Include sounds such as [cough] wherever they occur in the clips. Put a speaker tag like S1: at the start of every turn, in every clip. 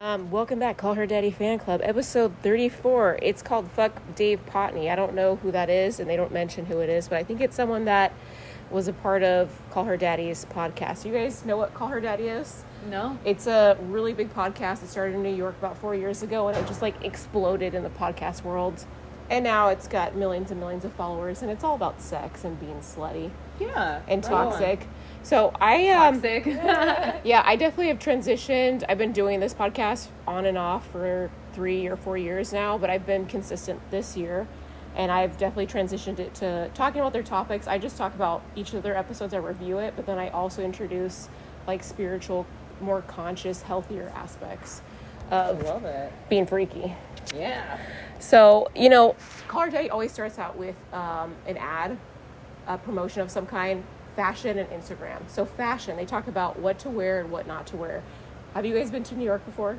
S1: Um, welcome back, Call Her Daddy Fan Club, episode 34. It's called Fuck Dave Potney. I don't know who that is, and they don't mention who it is, but I think it's someone that was a part of Call Her Daddy's podcast. You guys know what Call Her Daddy is?
S2: No.
S1: It's a really big podcast. It started in New York about four years ago, and it just like exploded in the podcast world. And now it's got millions and millions of followers, and it's all about sex and being slutty
S2: Yeah.
S1: and
S2: right on.
S1: toxic. So I um,
S2: Toxic. [laughs]
S1: yeah, I definitely have transitioned. I've been doing this podcast on and off for three or four years now, but I've been consistent this year. And I've definitely transitioned it to talking about their topics. I just talk about each of their episodes, I review it, but then I also introduce like spiritual, more conscious, healthier aspects
S2: I
S1: of
S2: love it.
S1: being freaky.
S2: Yeah.
S1: So, you know, Caller Daddy always starts out with um, an ad, a promotion of some kind, fashion and Instagram. So, fashion, they talk about what to wear and what not to wear. Have you guys been to New York before?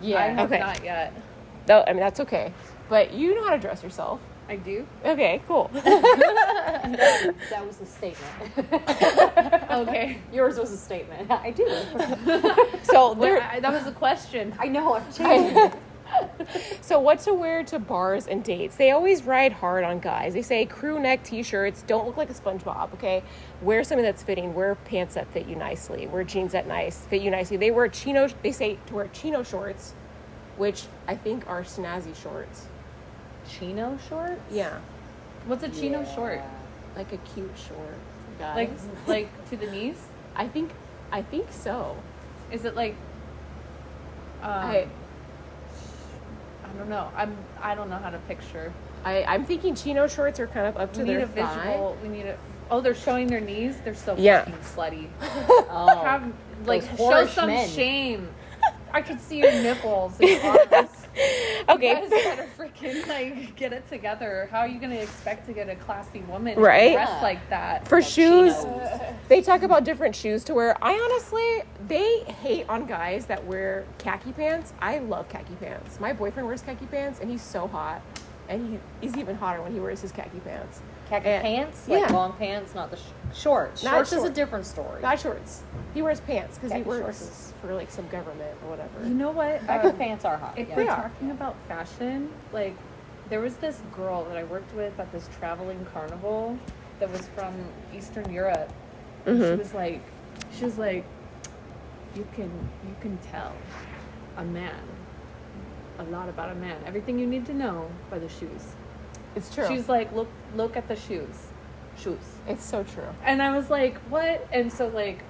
S2: Yeah. I have
S1: Okay.
S2: not yet.
S1: No, I mean, that's okay. But you know how to dress yourself.
S2: I [laughs] do.
S1: Okay, cool.
S3: That was a statement. [laughs]
S2: Okay.
S3: Yours was a statement. I do.
S1: [laughs] So,
S2: Well,
S1: there,
S2: I, that was a question.
S3: I know. I've changed.
S1: so what to wear to bars and dates. They always ride hard on guys. They say crew neck t-shirts, don't look like a SpongeBob, okay? Wear something that's fitting. Wear pants that fit you nicely. Wear jeans that nice fit you nicely. They wear chino they say to wear chino shorts, which I think are snazzy shorts.
S2: Chino shorts?
S1: Yeah.
S2: What's a chino short?
S1: Like a cute short. Guys.
S2: Like like to the knees?
S1: I think I think so.
S2: Is it like
S1: I
S2: um, I I don't know. I'm I don't know how to picture.
S1: I, I'm thinking chino shorts are kind of up to
S2: we need
S1: their
S2: a
S1: thigh.
S2: visual. We need a Oh, they're showing their knees. They're so
S1: Yeah.
S2: fucking slutty.
S3: Oh.
S2: Have like
S3: Those
S2: show
S3: whorish
S2: some
S3: men.
S2: shame. [laughs] I could see your nipples and your [laughs] arms.
S1: Okay.
S2: You guys gotta freaking like get it together. How are you gonna expect to get a classy woman
S1: Right?
S2: to dress
S3: Yeah.
S2: like that?
S1: for
S3: Like
S1: shoes
S3: chinos.
S1: they talk about different shoes to wear i honestly they hate on guys that wear khaki pants i love khaki pants my boyfriend wears khaki pants and he's so hot and he, he's even hotter when he wears his khaki pants
S3: Khaki
S1: And-
S3: pants, like
S1: yeah.
S3: long pants, not the sh- shorts.
S1: Not
S3: shorts is
S1: short.
S3: a different story.
S1: not shorts he wears pants because he
S3: Khaki
S1: works
S3: shorts.
S1: for like some government or whatever
S2: You know what?
S3: Khaki
S2: Um,
S3: pants are hot.
S2: if
S3: yeah.
S2: we're
S1: Yeah.
S2: talking about fashion, like there was this girl that I worked with at this traveling carnival that was from Eastern Europe. And
S1: Mm-hmm.
S2: She was like, she was like, you can you can tell a man a lot about a man. Everything you need to know by the shoes.
S1: it's true
S2: She's like, look look at the shoes, shoes.
S1: it's so true
S2: And I was like, what? And so, like,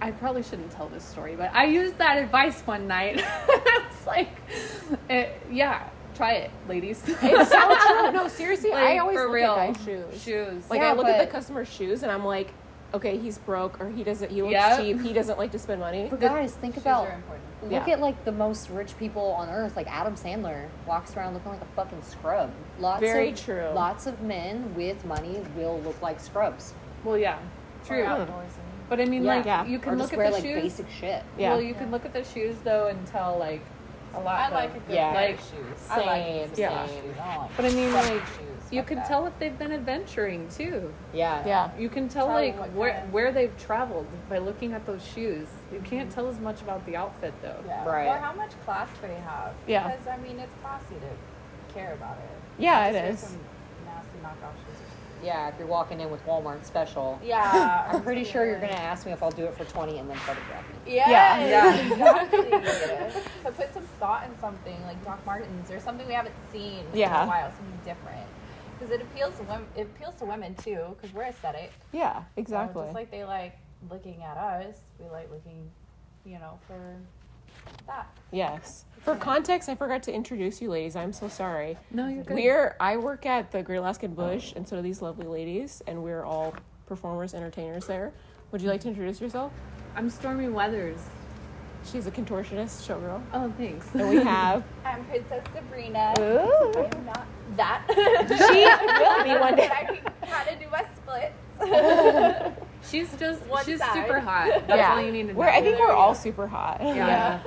S2: I probably shouldn't tell this story, but I used that advice one night. [laughs] I was like, eh, yeah, try it, ladies. [laughs]
S1: it's so true no seriously i
S2: Like,
S1: always
S2: for
S1: look
S2: real.
S1: at guys shoes
S2: Shoes.
S1: like
S3: Yeah,
S1: i look at
S3: but-
S1: the customer's shoes and i'm like okay he's broke or he doesn't he looks
S2: Yep.
S1: cheap he doesn't like to spend money
S3: But guys, think about look
S1: Yeah.
S3: at like the most rich people on earth. Like Adam Sandler walks around looking like a fucking scrub. Lots
S1: Very
S3: of,
S1: true.
S3: Lots of men with money will look like scrubs.
S2: well, yeah, true. But I mean,
S3: Yeah.
S2: like,
S1: Yeah.
S2: you
S3: or
S2: can
S3: just
S2: look at
S3: wear
S2: the
S3: like
S2: shoes.
S3: basic shit.
S1: Yeah.
S2: Well, you can look at the shoes though and tell like a lot.
S4: I
S2: of-
S4: like a good
S3: Yeah.
S4: pair
S2: Like,
S4: of shoes.
S2: I like-
S3: Same,
S1: Yeah.
S3: same.
S2: But I mean,
S4: Fuck
S2: like,
S4: shoes,
S2: you
S4: fuck
S2: can
S4: that.
S2: tell if they've been adventuring too.
S3: Yeah.
S1: yeah
S2: You can tell
S4: Tell
S2: like
S4: what
S2: where
S4: kind.
S2: where they've traveled by looking at those shoes. You can't tell as much about the outfit though.
S4: Yeah.
S3: Right.
S4: Or how much class they have.
S1: Yeah.
S4: Because I mean, it's classy to care about it.
S1: yeah
S4: Just
S1: it
S4: wear
S1: is
S4: some Nasty knockoff shoes.
S3: Yeah, if you're walking in with Walmart special,
S4: [laughs] Yeah.
S3: I'm pretty sure you're gonna ask me if I'll do it for twenty and then photograph me.
S4: Yeah.
S1: Yeah.
S4: Exactly. so put some thought in something like Doc Martens or something we haven't seen
S1: Yeah.
S4: in a while, something different. Because it appeals to women. It appeals to women too, because we're aesthetic.
S2: Oh,
S1: Yeah,
S4: So
S1: exactly.
S4: just like they like looking at us, we like looking, you know, for that.
S1: yes.
S2: [laughs]
S1: For context, I forgot to introduce you ladies. I'm so sorry.
S2: No, you're good.
S1: We're I work at the Great Alaskan Bush, and so do these lovely ladies, and we're all performers, entertainers there. Would you like to introduce yourself?
S2: I'm Stormy Weathers.
S1: She's a contortionist, showgirl.
S2: Oh, thanks.
S1: And we
S2: [laughs]
S1: have
S4: I'm Princess Sabrina.
S1: Ooh.
S4: I'm not that. she [laughs]
S1: will be one day.
S4: I can kind of do my split.
S2: [laughs] She's just
S4: One
S2: she's
S4: side.
S2: super hot. That's
S1: yeah.
S2: all you need to know.
S1: We're, I think we're all super hot.
S2: yeah.
S1: [laughs]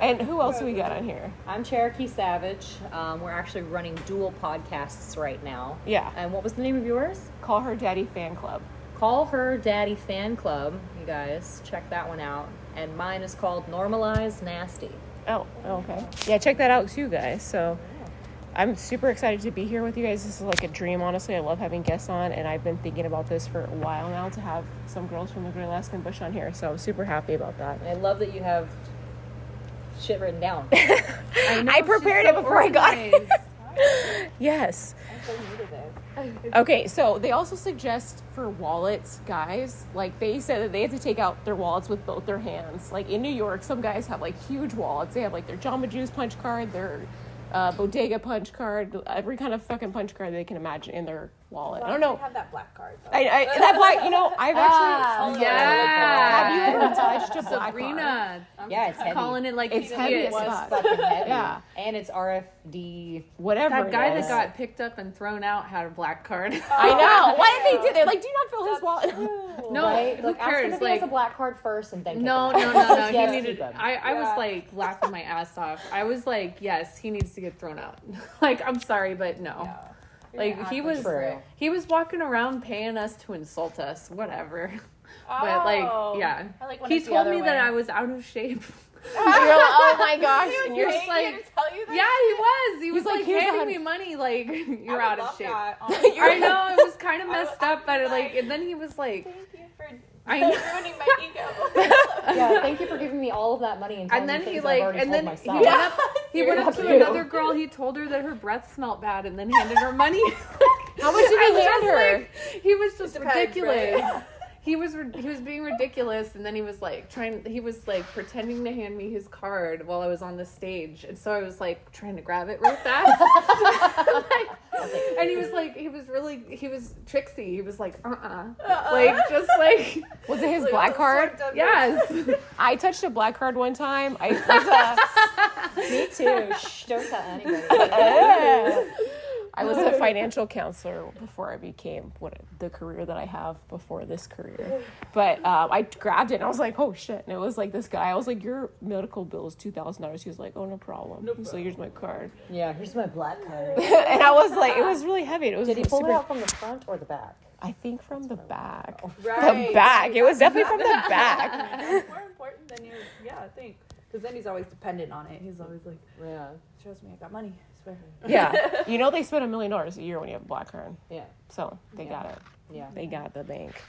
S1: And who else do we got on here?
S3: I'm Cherokee Savage. Um, we're actually running dual podcasts right now.
S1: Yeah.
S2: Uh,
S3: And what was the name of yours?
S1: Call her Daddy Fan Club.
S3: Call Her Daddy Fan Club, you guys. Check that one out.
S5: and mine is called Normalized Nasty.
S1: Oh, okay. Yeah, check that out too, guys. So I'm super excited to be here with you guys. This is like a dream, honestly. I love having guests on, and I've been thinking about this for a while now to have some girls from the Great Alaskan Bush on here. So I'm super happy about that.
S5: I love that you have shit written down.
S1: I, prepared it before I got it. [laughs] yes.
S4: I'm so new to this.
S1: Okay, so they also suggest for wallets, guys, like they said that they have to take out their wallets with both their hands. Like in New York, some guys have like huge wallets. They have like their Jamba Juice punch card, their uh, Bodega punch card, every kind of fucking punch card they can imagine in their wallet. I don't know.
S4: have that black card. Though.
S1: I, I, that black, you know, I've actually. Have you
S2: Ah, Yeah.
S1: ever touched a black card?
S2: Sabrina. I'm
S3: Yeah, it's heavy.
S2: calling it like
S1: It's
S2: you see
S1: heavy as
S2: it.
S3: It was
S1: fuck.
S3: fucking heavy.
S1: Yeah.
S3: And it's RFD.
S1: Whatever.
S2: That
S1: it
S2: guy
S1: is.
S2: that got picked up and thrown out had a black card.
S1: [laughs] I know. Why did they do? They're like, do you not fill his wallet.
S2: [laughs] no,
S3: right?
S2: who
S3: Look, ask him
S2: cares?
S3: if he has
S2: Like,
S3: a black card first and then.
S2: no,
S3: pick
S2: no,
S3: them
S2: no,
S3: up.
S1: [laughs]
S2: no.
S3: Yes,
S2: he
S3: keep [laughs]
S2: needed.
S3: them.
S2: I, I was like laughing my ass off. I was like, yes, he needs to get thrown out. [laughs] like, I'm sorry, but no. Like he was,
S3: True.
S2: he was walking around paying us to insult us, whatever. [laughs] But like, yeah,
S4: Oh. I like when
S2: he
S4: it's the
S2: told
S4: other
S2: me that
S4: way.
S2: I was out of shape. [laughs]
S1: You're like, oh my gosh. and
S2: You're
S1: you're-
S2: just like,
S4: tell you
S2: yeah, he was. He was
S1: like,
S2: like,
S1: "Here's a
S2: handing
S1: hundred."
S2: me money, like [laughs] you're out of shape. [laughs]
S4: Thank
S2: I know it was kind of messed
S4: I
S2: up, but
S4: was
S2: like,
S4: like-
S2: and then he was like,
S4: you for
S2: I know.
S4: ruining
S2: [laughs]
S4: my ego.
S3: Yeah, thank you for giving me all of that money and, telling me
S2: And then he
S3: things I've
S2: like,
S3: already
S2: and
S3: told
S2: then he
S3: myself.
S2: went up,
S3: [laughs]
S2: he went up
S3: Fuck
S2: to
S3: you.
S2: another girl. He told her that her breath smelled bad, and then handed her money. [laughs]
S1: How much did he hand her?
S2: he was just
S4: depends,
S2: ridiculous.
S3: [laughs]
S4: right?
S2: He was rid- he was being ridiculous, and then he was like trying. He was like pretending to hand me his card while I was on the stage, and so I was like trying to
S3: [laughs]
S2: grab it real fast. [laughs] and he was like, he was really, he was tricksy. He was like, uh uh
S3: Uh-uh.
S2: like just
S3: [laughs]
S2: like
S1: was it his black card?
S2: yes.
S1: I touched a black card one time. I was uh,
S3: [laughs] Me too. Shh, don't tell
S1: [laughs]
S3: anybody.
S1: a, I was a financial counselor before I became what the career that I have before this career. But um, I grabbed it and I was like, oh shit! And it was like this guy. I was like, your medical bill is two thousand dollars. He was like, oh no problem. He's like, here's my card.
S3: [laughs] Yeah, here's my black card.
S1: [laughs] and I was like, it was really heavy. It was
S3: Did he pull it
S1: super-
S3: out Oh. from the front or the back?
S1: I think from the back. The
S4: Right.
S1: back. It was definitely
S3: [laughs]
S1: from the
S4: [laughs]
S1: back.
S4: It's more important than you. Yeah, I think. Because then he's always dependent on it. He's always like,
S3: Yeah.
S4: trust me, I got money. I swear.
S1: Yeah. You know they spend a million dollars a year when you have a black card.
S3: Yeah.
S1: So they got it.
S3: Yeah.
S1: They got the bank.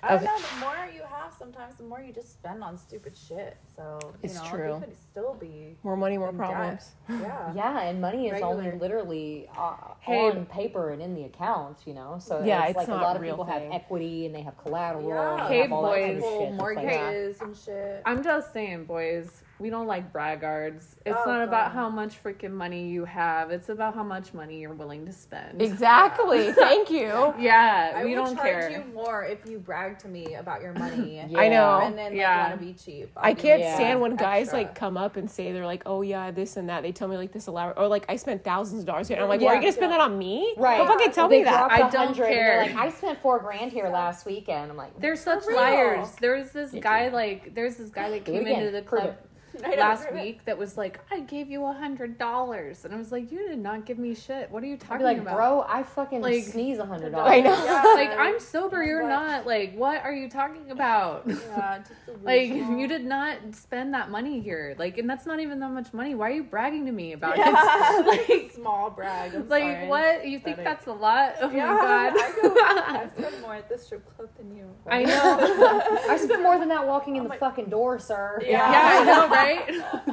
S4: I don't
S1: Okay.
S4: know. The more you have, sometimes the more you just spend on stupid shit. So you
S1: It's
S4: know,
S1: true.
S4: It could still be.
S1: More money, more
S4: in
S1: problems. [laughs]
S4: debt. Yeah.
S3: Yeah, and money is only
S4: Regular.
S3: literally uh,
S2: Hey.
S3: on paper and in the accounts, you know. So
S1: Yeah,
S3: it's,
S1: it's
S3: like a
S1: not
S3: lot of
S1: real
S3: people
S1: thing.
S3: have equity and they have collateral.
S4: Yeah.
S3: and they
S2: Hey,
S3: uh, have all that kind of
S2: boys.
S3: shit
S4: People
S3: that's like that.
S4: mortgages and shit.
S2: I'm just saying, boys, we don't like braggarts. It's
S4: Oh,
S2: not about
S4: God.
S2: how much freaking money you have. It's about how much money you're willing to spend.
S3: [laughs]
S1: Exactly. Thank you.
S2: Yeah,
S4: I
S2: we
S4: will
S2: don't
S4: charge
S2: care.
S4: you more if you brag to me about
S1: [laughs]
S4: your money.
S3: Yeah.
S1: I know.
S4: And then like,
S2: Yeah.
S4: want to be cheap. I'll
S1: I
S4: be
S1: can't
S3: Yeah.
S1: stand when guys
S4: extra. [laughs]
S1: like come up and say they're like, oh yeah, this and that. They tell me like this elaborate or like I spent thousands of dollars here. And I'm like, well, are you
S3: Yeah.
S1: gonna spend that on me?
S3: Right.
S1: Don't fucking tell me
S3: They
S1: that.
S3: dropped
S2: I
S3: a
S2: don't
S3: hundred and they're
S2: care.
S3: Like, I spent four grand here last weekend. I'm like,
S2: They're such
S4: real.
S2: liars. There was this guy like there's this guy that
S3: Do it
S2: came
S3: again.
S2: into the
S3: Prove
S2: club
S4: [laughs] I know,
S2: last
S4: prove it.
S2: week that was like, I gave you a hundred dollars and I was like, You did not give me shit. What are you
S3: I'd
S2: talking
S3: be like,
S2: about?
S3: bro, I fucking
S2: Like-
S3: sneeze a hundred dollars.
S1: I know. [laughs]
S4: Yeah.
S2: Like I'm sober, you're
S4: What?
S2: not. Like, what are you talking about?
S4: Yeah, just
S1: [laughs]
S2: Like
S4: delusional.
S2: you [laughs] did not spend that money here. Like, and that's not even that much money. Why are you bragging to me about
S4: [laughs] Yeah,
S2: it?
S4: like small
S2: [laughs]
S4: brag. I'm
S2: Like
S4: sorry.
S2: what? You think
S4: Pathetic.
S2: that's a lot? Oh
S4: Yeah,
S2: [laughs] my
S4: I
S2: god.
S4: go. I spend more at this strip club than you.
S2: I know.
S3: I spent more than that walking in
S4: I'm
S3: the
S4: like-
S3: fucking door, sir.
S4: Yeah.
S2: Yeah, I know, right?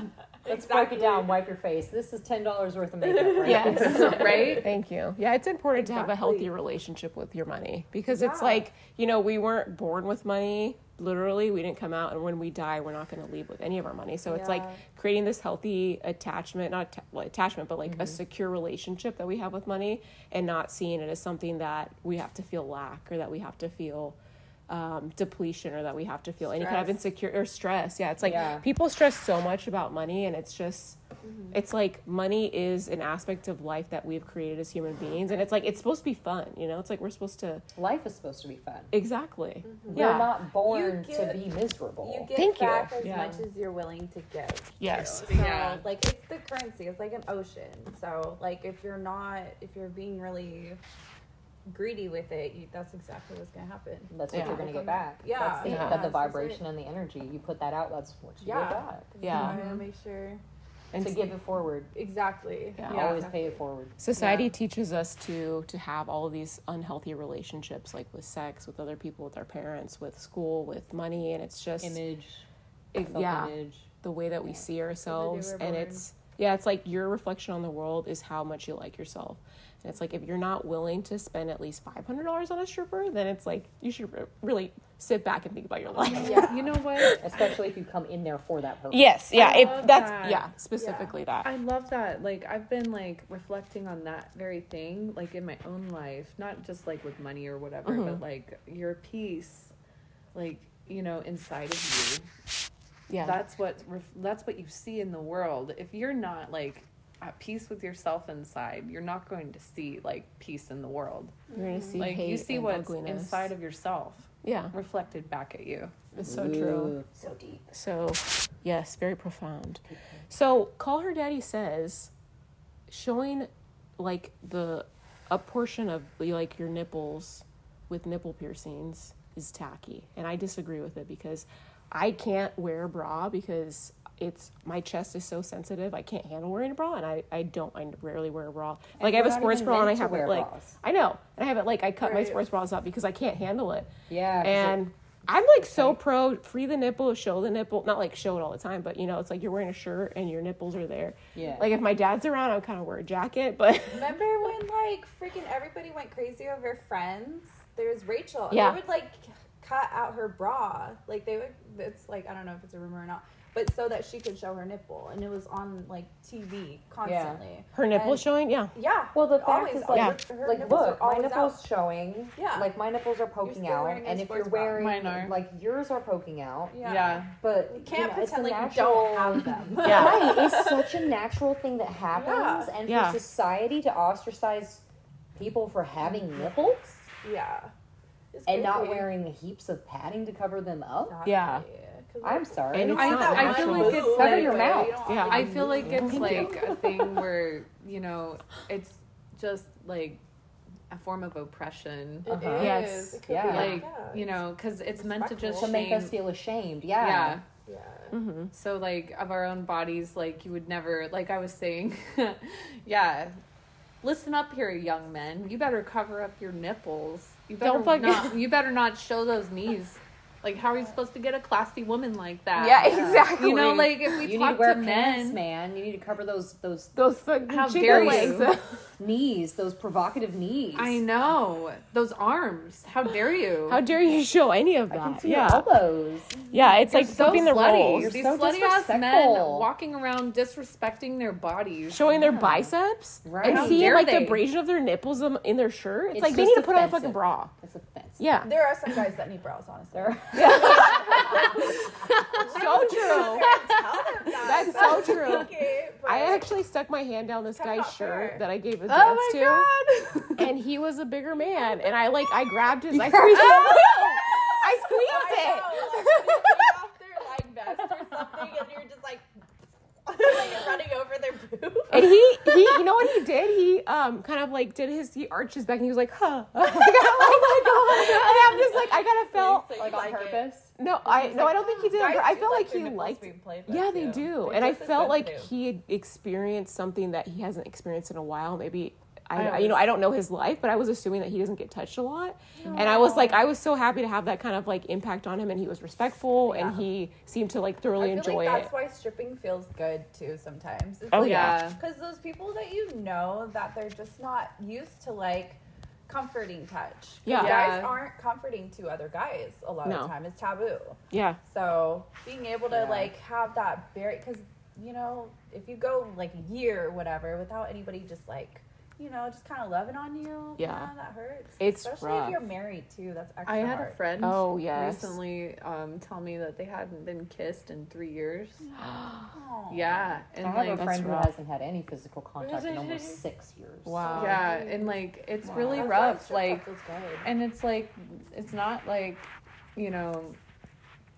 S3: [laughs] Let's break it down. Wipe your face. This is ten dollars worth of makeup.
S5: [laughs]
S3: Right?
S1: [laughs] Yes.
S2: Right?
S1: Thank you. Yeah, it's important to have a healthy
S4: Exactly.
S1: relationship with your money because it's
S4: Yeah.
S1: like, you know, we weren't born with money. Literally, we didn't come out, and when we die, we're not going to leave with any of our money. So it's like
S4: Yeah.
S1: creating this healthy attachment, not atta- well, attachment, but like a secure relationship that we have with money and not seeing it as something that we have to feel lack or that we have to feel. Um, depletion or that we have to feel any kind of
S4: Stress.
S1: insecure or stress. Yeah, it's like
S3: Yeah.
S1: people stress so much about money, and it's just it's like money is an aspect of life that we've created as human beings and it's like it's supposed to be fun you know it's like we're supposed to
S3: Life is supposed to be fun.
S1: exactly
S3: You're
S1: yeah
S3: not born
S4: You get-
S3: to be miserable.
S4: Mm-hmm. You get
S1: Oh, Thank you.
S4: back as
S3: Yeah.
S4: much as you're willing to give. too.
S1: Yes.
S4: So
S2: Yeah.
S4: like it's the currency. It's like an ocean. So like if you're not if you're being really greedy with it, you, that's exactly what's gonna happen.
S3: That's what
S1: Yeah.
S3: you're gonna get back.
S4: Yeah,
S3: That's the,
S1: yeah,
S3: of the
S4: that's it.
S3: vibration and the energy. You put that out, that's what you
S4: Yeah.
S3: get back.
S1: Yeah.
S4: You wanna make sure
S1: And
S3: to give it forward.
S4: exactly.
S1: Yeah.
S3: Always
S4: exactly.
S3: pay it forward.
S1: society
S4: Yeah.
S1: teaches us to to have all these unhealthy relationships, like with sex, with other people, with our parents, with school, with money, and it's just
S3: Image,
S1: it-
S3: self
S1: yeah,
S3: image.
S1: the way that we see ourselves
S2: we're
S1: and
S2: born.
S1: it's yeah it's like your reflection on the world is how much you like yourself and it's like if you're not willing to spend at least $500 on a stripper then it's like you should re- really sit back and think about your
S2: [laughs]
S1: life
S2: [laughs] Yeah, you know what?
S3: Especially if you come in there for that purpose.
S1: yes yeah
S2: I
S1: it,
S2: love
S1: that's
S2: that.
S1: yeah specifically that
S2: I love that. Like I've been like reflecting on that very thing, like in my own life, not just like with money or whatever, but like your peace, like you know, inside of you.
S1: yeah
S2: That's what ref- that's what you see in the world. If you're not like at peace with yourself inside, you're not going to see like peace in the world.
S1: you're gonna see
S2: like
S1: hate
S2: you see
S1: and
S2: what's
S1: ugliness.
S2: inside of yourself
S1: yeah
S2: reflected back at you.
S1: it's so true
S3: Ooh, So deep.
S1: so yes very profound so call her daddy says showing like the a portion of like your nipples with nipple piercings is tacky and i disagree with it because i can't wear a bra because it's my chest is so sensitive i can't handle wearing a bra and i, I don't i rarely wear a bra like i have
S3: we're
S1: a
S3: not
S1: sports
S3: even
S1: bra and i
S3: meant to
S1: have
S3: wear
S1: it like
S3: bras.
S1: i know and i have it like i cut my
S2: Right.
S1: sports bras up because i can't handle it
S3: Yeah, 'cause it-
S1: and I'm like so pro free the nipple, show the nipple. Not like show it all the time, but you know, it's like you're wearing a shirt and your nipples are there.
S3: Yeah.
S1: Like if my dad's around, I would kind of wear a jacket, but [laughs]
S4: Remember when like freaking everybody went crazy over friends? There was Rachel.
S1: Yeah.
S4: They would like cut out her bra. Like they would it's like I don't know if it's a rumor or not, but so that she could show her nipple and it was on like TV constantly.
S1: her nipple
S4: And-
S1: showing. Yeah.
S4: Yeah.
S3: Well, the fact
S4: always,
S3: is, like,
S4: always, her
S3: like
S4: nipples
S3: look,
S4: are
S3: my
S4: always
S3: nipples
S4: out.
S3: showing.
S4: Yeah.
S3: Like my nipples are poking
S4: still
S3: out,
S4: wearing a
S3: and if you're
S4: sports bra.
S3: wearing
S2: Mine are.
S3: like yours are poking out,
S4: Yeah.
S3: but
S4: You can't
S3: know, it's a
S4: pretend like
S3: natural,
S4: you don't have them.
S1: Yeah.
S3: Right, it's such a natural thing that happens, and
S1: Yeah.
S3: for society to ostracize people for having nipples
S4: yeah. It's
S3: and not
S4: crazy.
S3: wearing heaps of padding to cover them up.
S4: Not
S1: Yeah.
S4: really, 'cause
S3: I'm
S4: it's-
S3: sorry.
S1: And
S3: it's
S1: I-
S3: not
S1: I feel
S3: natural.
S1: like
S2: it's
S3: cover
S2: like-
S3: your
S4: You
S3: mouth.
S4: don't
S1: Yeah.
S4: want
S2: I feel like it's
S3: Thank
S2: like a thing where, you know, it's just like a form of oppression.
S4: It
S3: Uh-huh.
S4: is.
S1: Yes.
S4: It could be
S3: Yeah.
S2: Like,
S4: that.
S2: you know, because it's meant to just
S3: to
S4: Respectful.
S3: make
S2: shame-
S3: us feel ashamed.
S2: Yeah.
S3: Yeah,
S4: Yeah.
S1: Mm-hmm.
S2: So, like, of our own bodies, like, you would never, like I was saying, [laughs] yeah. Listen up here, young men. You better cover up your nipples. You better
S1: Don't
S3: [laughs]
S1: fuck-
S2: not. You better not show those knees. Like, how are you supposed to get a classy woman like that?
S1: Yeah, exactly.
S2: You know, like if we
S3: you need
S2: talk
S3: to wear
S2: to
S3: pants,
S2: men,
S3: man. You need to cover those those
S1: those fucking
S2: How
S1: chicken
S2: dare
S1: legs.
S2: you.
S3: knees, those provocative knees.
S2: I know those arms. How dare you?
S1: [laughs] How dare you show any of
S3: I can
S1: that?
S3: see your
S1: Yeah.
S3: elbows.
S1: Yeah. It's
S2: You're
S1: like flipping the roles.
S3: You're
S2: These
S3: so
S2: slutty ass men
S3: disrespectful.
S2: walking around disrespecting their bodies.
S1: Showing their biceps
S3: Right.
S1: and
S3: How
S1: seeing
S2: dare
S1: like
S2: they.
S1: the abrasion of their nipples in in their shirt. It's,
S3: It's
S1: like they
S3: just
S1: need to put on a fucking
S3: offensive.
S1: bra.
S3: That's offensive.
S1: Yeah.
S4: There are some guys that need bras, honestly.
S1: so true.
S4: Tell [laughs] them that.
S1: That's so true.
S4: Okay, but-
S1: I actually stuck my hand down this
S4: Cut
S1: guy's
S4: off
S1: shirt
S4: her.
S1: that I gave
S4: Oh
S1: advance
S4: my
S1: to.
S4: god!
S1: and he was a bigger man. And I like I grabbed
S4: [laughs]
S1: his, I squeezed it. I squeezed
S4: I
S1: it.
S4: know, like, when you take off their line vest or something, and you're just like, like running over their [laughs] boob.
S1: And he, he, you know what he did? He um kind of like did his, he arched his back and he was like, huh. [laughs]
S4: [laughs]
S1: Like, I'm like, oh my god. And I'm just like, I kind of felt.
S4: So you
S3: Like on purpose.
S1: No, I no, I don't think he did. it on
S4: Guys
S1: purpose. I
S4: do
S1: felt like
S4: their
S1: he
S4: nipples
S1: liked.
S4: being played with,
S1: Yeah, they
S4: too.
S1: do.
S4: They're
S1: And I
S4: just as
S1: felt like
S4: sensitive.
S1: he had experienced something that he hasn't experienced in a while. Maybe I,
S2: I
S1: you know, I don't know his life, but I was assuming that he doesn't get touched a lot. And I was like, I was so happy to have that kind of like impact on him, and he was respectful, and he seemed to like thoroughly
S4: I feel
S1: enjoy
S4: like that's
S1: it.
S4: why stripping feels good too sometimes. It's
S1: Oh,
S4: like,
S1: yeah.
S4: Because those people that you know that they're just not used to like comforting touch. 'Cause
S1: Yeah.
S4: Guys
S2: Yeah.
S4: aren't comforting to other guys a lot
S1: No.
S4: of the time. It's taboo.
S1: yeah,
S4: So being able to
S3: Yeah.
S4: like have that barrier, because you know, if you go like a year or whatever without anybody just like, you know, just kind of loving on you,
S1: Yeah.
S4: kinda, that hurts.
S1: It's
S4: especially
S1: rough.
S4: if you're married too. That's extra
S2: I had
S4: hard.
S2: a friend
S1: Oh, yes.
S2: recently um, tell me that they hadn't been kissed in three years.
S4: Aw.
S2: Yeah,
S3: I
S2: and
S3: have
S2: like
S3: a friend who
S1: rough.
S3: hasn't had any physical contact in
S4: [laughs]
S3: almost six years.
S1: Wow.
S2: yeah, and like it's really
S4: That's why
S2: rough. Like
S4: strip club feels good.
S2: and it's like it's not like you know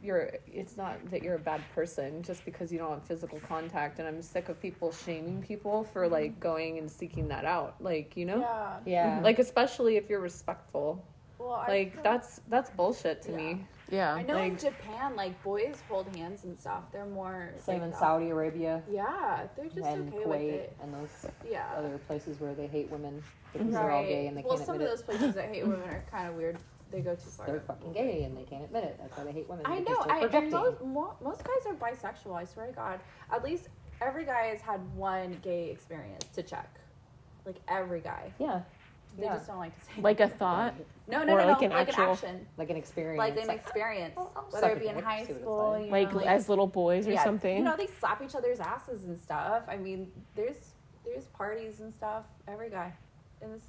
S2: you're it's not that you're a bad person just because you don't have physical contact and I'm sick of people shaming people for like going and seeking that out. Like, you know?
S4: Yeah.
S5: Yeah.
S2: [laughs] Like especially if you're respectful.
S4: Well, I
S2: Like
S4: heard-
S2: that's that's bullshit to me.
S4: I
S1: Yeah.
S4: know in
S2: like-
S4: Japan, like boys hold hands and stuff. They're more
S5: Same
S4: like
S5: in
S4: that.
S5: Saudi Arabia
S4: Yeah, they're just
S5: and
S4: okay with
S5: Kuwait
S4: it.
S5: and those
S4: Yeah.
S5: other places where they hate women because they're all gay and they
S4: well,
S5: can't
S4: some of
S5: admit
S4: those places that hate women are kind of weird. They go too
S5: it.
S4: far.
S5: They're fucking gay and they can't admit it. That's why they hate women.
S4: I
S5: because
S4: know.
S5: they're
S4: I, and
S5: projecting.
S4: most, mo- most guys are bisexual. I swear to God. At least every guy has had one gay experience to check. Like every guy.
S5: yeah,
S4: They
S5: Yeah.
S4: just don't like to say.
S1: Like a thought.
S4: [laughs] no, no,
S1: or
S4: no,
S1: like
S4: no,
S1: an
S4: like
S1: actual-
S4: an action,
S5: like an experience.
S4: like an
S5: Like,
S4: experience,
S5: I'll- I'll
S4: whether
S5: suck
S4: it be
S5: a
S4: in
S5: dick,
S4: high
S5: see what it's
S4: school,
S5: like.
S4: you
S1: Like
S4: know,
S1: as little boys or
S4: yeah,
S1: something.
S4: You know, they slap each other's asses and stuff. I mean, there's there's parties and stuff. Every guy, and this,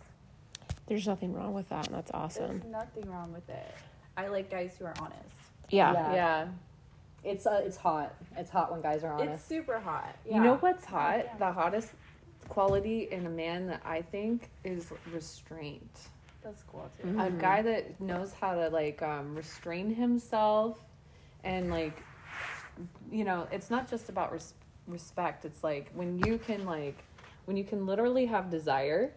S1: There's nothing wrong with that, and that's awesome.
S4: there's nothing wrong with it. I like guys who are honest.
S1: Yeah.
S5: Yeah.
S2: yeah.
S5: it's uh, it's hot. It's hot when guys are
S4: It's
S5: honest.
S4: super hot.
S2: You know
S4: Yeah. Oh,
S2: what's hot?
S4: Yeah.
S2: The hottest quality in a man that I think is restraint.
S4: That's cool too.
S2: A guy that knows how to like um, restrain himself and like you know, it's not just about res- respect. It's like when you can like when you can literally have desire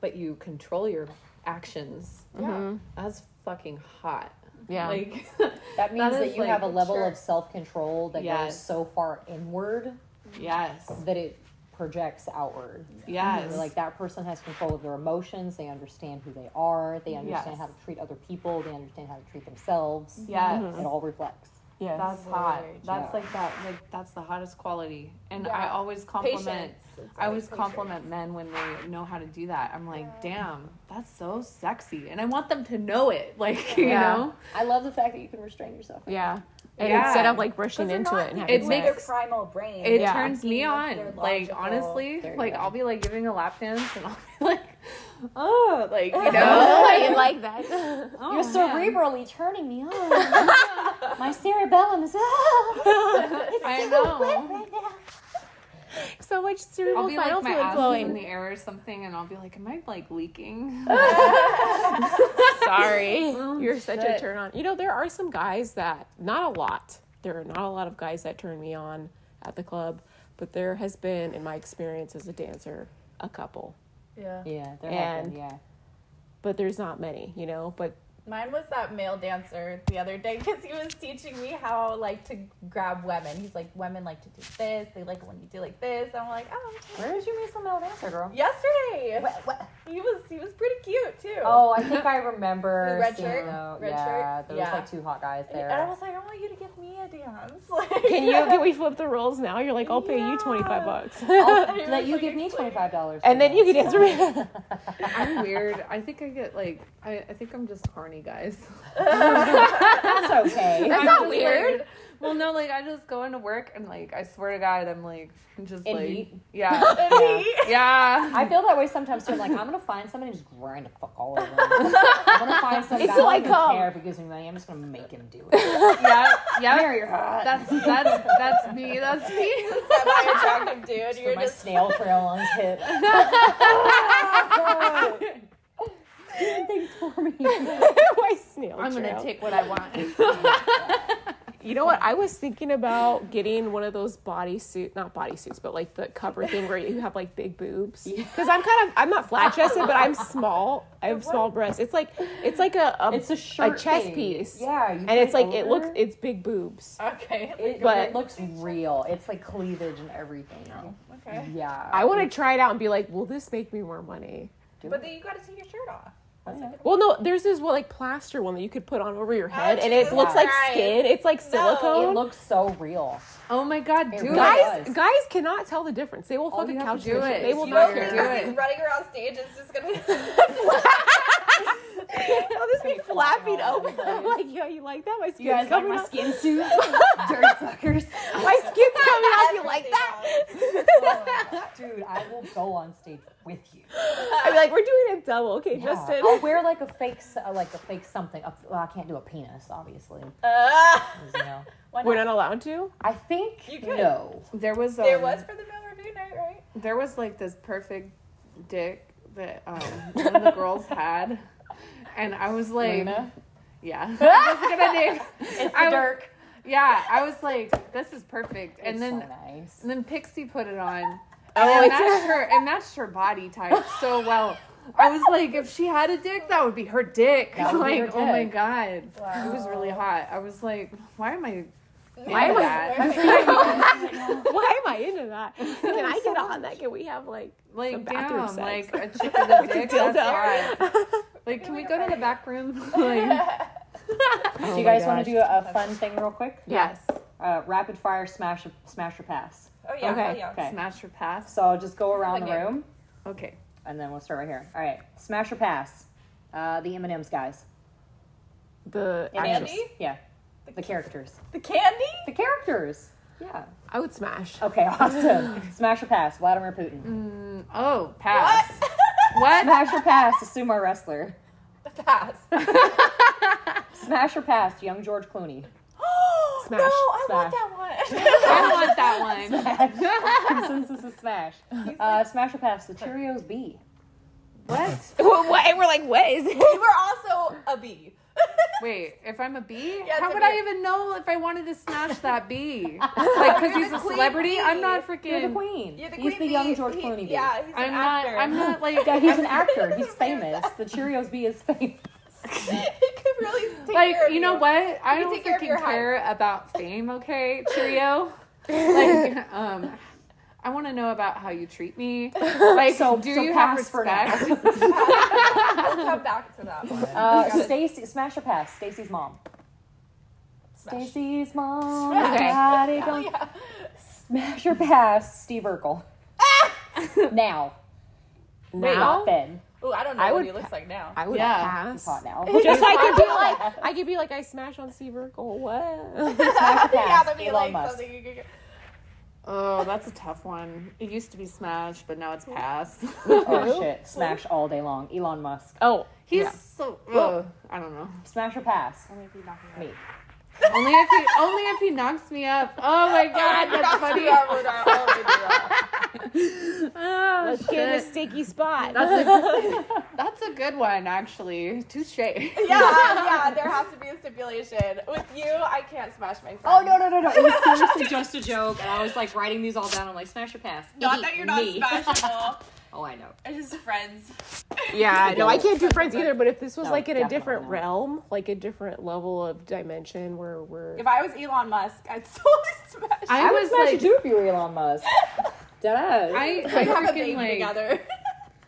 S2: but you control your actions.
S4: Yeah.
S2: That's fucking hot.
S1: Yeah.
S2: Like [laughs]
S5: that means that,
S2: is
S5: you
S2: like-
S5: have a level
S4: sure.
S5: of self control that goes
S2: Yes.
S5: so far inward
S2: yes.
S5: that it projects outward.
S2: Yes.
S5: Like that person has control of their emotions. They understand who they are. They understand
S2: Yes.
S5: how to treat other people. They understand how to treat themselves.
S2: Yes.
S5: It all reflects.
S1: Yes.
S2: That's
S4: Very
S2: hot.
S4: true.
S2: That's like that. Like that's the hottest quality. And I
S4: Yeah.
S2: always compliment.
S4: Patience. It's
S2: I always
S4: patience.
S2: compliment men when they know how to do that. I'm like, damn, that's so sexy, and I want them to know it. [laughs] Like you
S1: Yeah.
S2: know,
S5: I love the fact that you can restrain yourself.
S1: Yeah. And
S2: Yeah.
S1: instead of like rushing
S4: Because they're
S1: into
S4: not
S1: it and
S4: thinking
S1: having
S2: It
S4: with
S1: sex.
S2: makes-
S4: their primal brain.
S2: it
S1: Yeah.
S2: turns me
S4: They're
S2: on. Like
S4: logical.
S2: honestly,
S5: There you
S2: like
S5: go.
S2: I'll be like giving a lap dance, and I'll be [laughs] like, oh, like you know, like,
S1: like that.
S2: oh,
S5: You're
S2: man.
S5: cerebrally turning me on. [laughs] My cerebellum is
S2: I know.
S5: right now.
S1: so much
S2: I'll
S1: cerebral
S2: be like
S1: spinal
S2: my
S1: fluid
S2: ass is in
S1: flowing.
S2: the air or something, and I'll be like, am I like leaking? [laughs]
S1: Sorry. You're such a
S2: Oh, shit.
S1: turn on. You know, there are some guys that, not a lot, there are not a lot of guys that turn me on at the club, but there has been, in my experience as a dancer, a couple.
S4: Yeah.
S5: Yeah, there
S1: And-
S5: have been, yeah.
S1: But there's not many, you know? But
S4: Mine was that male dancer the other day because he was teaching me how like to grab women. He's like, women like to do this. They like it when you do like this. I'm like, oh. okay.
S5: Where did you meet some male dancer, girl?
S4: Yesterday,
S5: What- what-
S4: he was he was pretty cute too.
S5: Oh, I think I remember.
S4: The red
S5: seeing
S4: shirt?
S5: tho-
S4: Red
S5: yeah,
S4: shirt?
S5: there
S4: Yeah.
S5: was like two hot guys
S4: And
S5: there. [laughs]
S4: I was like, I want you to give me a dance. Like,
S1: can
S4: [laughs]
S1: you, can we flip the roles now? You're like, I'll pay you
S4: Yeah.
S1: 25 bucks. [laughs]
S5: I'll
S4: He
S5: let
S4: was,
S5: you
S4: like,
S5: give
S4: [laughs]
S5: me
S4: explaining.
S5: twenty five dollars,
S1: and then you can answer me.
S2: [laughs]
S1: [laughs]
S2: I'm weird. I think I get like I, I think I'm just horny guys. [laughs]
S5: That's okay. [laughs]
S1: That's
S2: I'm
S1: not
S2: just
S1: weird.
S2: like- well, no, like I just go into work and like I swear to God, I'm like [laughs] just
S5: In
S2: like
S5: heat? [laughs]
S2: yeah,
S5: Yeah.
S2: yeah.
S5: I feel that way sometimes too. I'm like, I'm gonna find somebody and just grind the fuck all
S1: [laughs]
S5: over him. I'm gonna find somebody. I
S1: Until I
S5: don't even
S1: come.
S5: care if he gives me money. I'm just gonna make him do it. [laughs]
S2: yeah, yeah.
S5: Mary, you're hot.
S2: That's that's that's me. That's
S5: [laughs]
S2: me.
S4: semi-attractive dude.
S5: Put
S4: You're
S5: my
S4: just
S5: snail trail on his
S1: [laughs]
S5: hip. Doing things for me.
S1: my snail
S2: I'm
S1: trail.
S2: gonna take what I want.
S1: You know what? I was thinking about getting one of those bodysuit, not bodysuits, but like the cover thing where you have like big boobs. Because I'm kind of, I'm not flat chested, but
S2: [laughs]
S1: I'm small. I have small breasts. It's like, it's like a, a
S5: It's a shirt.
S1: chest
S5: thing.
S1: piece.
S5: Yeah, you
S1: and
S5: put
S1: it's like it
S5: over.
S1: looks, it's big boobs.
S4: [laughs] okay.
S5: It,
S1: but-
S5: it looks real. It's like cleavage and everything.
S4: Okay.
S5: Yeah.
S1: I want to try it out and be like, will this make me more money?
S4: But then you got to take your shirt off.
S1: Well, no, there's this well, like plaster one that you could put on over your head, and it
S4: Jesus
S1: looks like
S4: Christ.
S1: skin. It's like silicone.
S5: It looks so real.
S2: Oh my God, do
S5: really
S2: it.
S1: guys,
S5: does.
S1: guys cannot tell the difference. They will
S2: All
S1: fucking
S2: you have
S1: couch
S2: to do
S1: cushion.
S2: is
S1: They will
S2: you
S1: not
S2: have to
S1: care.
S2: do it.
S4: Running around stage is just gonna.
S1: [laughs] I'll just Oh, be flapping open. [laughs] I'm like, yo, you like that? My skin's coming out. [laughs]
S5: skin suit? Dirty fuckers.
S1: My skin's coming out. You like that? [laughs]
S5: Dude, I will go on stage with you.
S1: I'd be like, we're doing it double. Okay,
S5: Yeah. Oh,
S1: Justin.
S5: I'll wear like a fake, s- uh, like a fake something. A- Well, I can't do a penis, obviously. 'cause, you know.
S4: Why
S1: [laughs] We're
S4: not?
S1: not allowed to?
S5: I think
S4: You could.
S5: no.
S2: There was um,
S4: There was for the male review night, right?
S2: there was like this perfect dick that um, one of the girls had, and I was like,
S5: Luna? [laughs]
S2: yeah, I was gonna name.
S5: It's
S2: I-
S5: Dirk.
S2: Yeah, I was like, this is perfect. And
S3: It's
S2: then
S3: so nice.
S2: [laughs] and then Pixie put it on.
S1: Oh,
S2: and it
S1: it's-
S2: matched her it matched her body type so well. I was like, if she had a dick, that would be her dick.
S3: That would
S2: [laughs] like,
S3: be her
S2: oh my
S3: dick.
S2: god. It was really hot. I was like, why am I
S1: Why am I?
S4: [laughs] I?
S1: [laughs] Why am I into that? Can I get on that? Can we have like
S2: like
S1: some
S2: damn,
S1: bathroom sex?
S2: like a chick with a dick? That's hot.
S1: Dildo.
S2: Like, can we go to the back room? [laughs] like,
S5: do you
S2: Oh
S5: guys want to do a fun thing real quick?
S1: yes.
S5: Uh, rapid fire smash, smash or pass.
S4: Oh yeah,
S1: Okay.
S4: oh yeah.
S5: Okay.
S2: smash or pass?
S5: So I'll just go around the
S4: Okay.
S5: room,
S2: Okay.
S5: and then we'll start right here. All right, smash or pass. Uh, the M and M's guys.
S1: The
S4: Andy?
S1: actress.
S5: Yeah, the characters.
S4: The candy?
S5: The characters. Yeah.
S1: I would smash.
S5: Okay, [laughs] awesome. smash or pass. Vladimir Putin.
S2: Oh,
S4: What? [laughs]
S2: pass. What?
S5: [laughs] Smash or pass. A sumo wrestler.
S4: the pass. Smash.
S5: Smash or pass. Young George
S4: [laughs]
S5: Clooney.
S4: [gasps] No, I want that
S2: I want that one.
S5: Consensus is smash. Uh, smash or pass. The Cheerios B.
S2: What?
S1: what? And we're like, what is
S4: one. [laughs]
S1: it?
S4: We're also a bee. [laughs]
S2: Wait, if I'm a bee,
S4: Yeah, it's
S2: how
S4: a
S2: would
S4: bee.
S2: I even know if I wanted to smash that bee? Like, because he's
S4: the
S2: a
S4: queen
S2: celebrity,
S4: bee.
S2: I'm not
S5: You're the
S2: freaking.
S5: queen.
S4: You're the
S5: he's
S4: queen
S5: the young
S4: bee.
S5: George
S4: He-
S5: Clooney bee.
S4: Yeah, he's
S2: I'm
S4: an
S2: not.
S4: actor.
S2: I'm not like.
S5: Yeah, he's an actor. He's famous. The Cheerios B is
S4: [laughs]
S5: famous.
S4: [laughs] he could really
S2: [laughs]
S4: take
S2: Like
S4: care of
S2: you know what? I
S4: You
S2: don't
S4: take care of
S2: freaking
S4: your hide.
S2: care about fame.
S4: [laughs]
S2: Okay, Cheerio. like, um, I want to know about how you treat
S4: [laughs]
S2: me. Like,
S5: So-
S2: do
S5: so
S2: you have
S5: pass for now.
S2: respect?
S4: We'll come back to that one.
S5: Uh, Stacy, smash or pass? Stacy's mom. Stacy's mom.
S4: Smash.
S5: Everybody go-
S4: [laughs] Yeah.
S5: Smash or pass? Steve Urkel.
S4: [laughs]
S5: now,
S1: Now
S5: not then.
S4: Oh, I don't know
S1: I
S4: what
S1: would
S4: he looks like now.
S1: I would
S2: Yeah.
S5: He's
S1: pass.
S5: hot
S4: [laughs]
S5: now.
S1: Just so I could be like, I could be like, I smash on Steve Urkel. What?
S5: Smash or
S4: yeah,
S5: pass?
S4: that'd be
S5: Elon
S4: like
S5: Musk.
S4: something you could get.
S2: Oh, that's a tough one. It used to be smash, but now it's [laughs] pass.
S5: Oh shit! Smash all day long. Elon Musk.
S1: oh,
S2: He's
S1: yeah.
S2: so. ugh, I don't
S4: [laughs]
S2: know.
S5: Smash or pass? Me.
S2: Only if he only if he knocks me up. Oh
S4: [laughs]
S2: my god, that's funny.
S4: Yeah, we're not- we're not-
S2: Oh,
S1: let's get in a sticky spot.
S2: That's a good one, actually.
S4: [laughs]
S2: Touche.
S4: yeah, yeah, there has to be a stipulation. With you, I can't smash my friend.
S5: Oh no no no no! It was seriously just a joke, and I was like writing these all down. I'm like, smash or pass?
S4: Not that you're not
S5: Me.
S4: smashable.
S5: [laughs] Oh, I know.
S4: It's just friends.
S1: yeah, no, I can't do friends either. But if this was
S5: No,
S1: like in a
S5: definitely
S1: different
S5: not.
S1: realm, like a different level of dimension where we're
S4: If I was Elon Musk, I'd [laughs] totally smash.
S2: I,
S5: I would
S4: [laughs]
S2: was
S5: smash
S2: like,
S5: you too if you were Elon Musk. [laughs] Dead ass.
S2: I, I
S4: We'd have a
S2: freaking
S4: baby
S2: like,
S4: together. [laughs]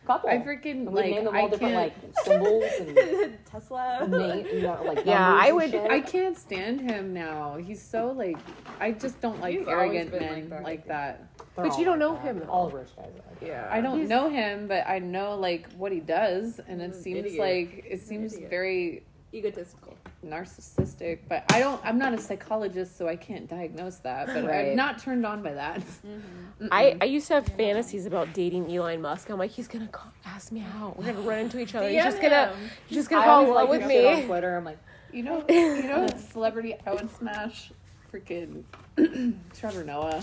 S5: Couple.
S2: I freaking
S5: We'd
S2: like,
S5: name them
S2: I
S5: all
S2: can't.
S5: different like symbols and
S4: Tesla.
S5: name, you know, like
S1: Yeah,
S5: numbers
S1: I
S5: and
S1: would-
S5: shit.
S2: I can't stand him now. He's so like, I just don't like
S4: He's always
S2: arrogant
S4: been
S2: men
S4: like that.
S2: like that.
S5: They're
S1: But you
S5: all
S1: don't know
S5: like
S1: him,
S5: that.
S1: though.
S5: All rich guys. Are like that.
S1: yeah.
S2: I don't know him, but I know like what he does, and it seems
S4: Mm, idiot. Mm,
S2: like it seems
S4: idiot.
S2: very
S4: Egotistical.
S2: narcissistic. But I don't. I'm not a psychologist, so I can't diagnose that. But
S5: Right.
S2: I'm not turned on by that.
S4: Mm.
S1: I, I used to have fantasies about dating Elon Musk. I'm like, he's gonna call, ask me out. We're gonna run into each other. He's
S4: DM
S1: just gonna
S4: him.
S1: he's just
S5: I
S1: gonna fall in
S5: always
S1: love
S5: like
S1: with
S5: your shit on
S1: me.
S5: Twitter. I'm like,
S2: [laughs] You know, you know, what celebrity I would smash freaking [clears throat] Trevor Noah.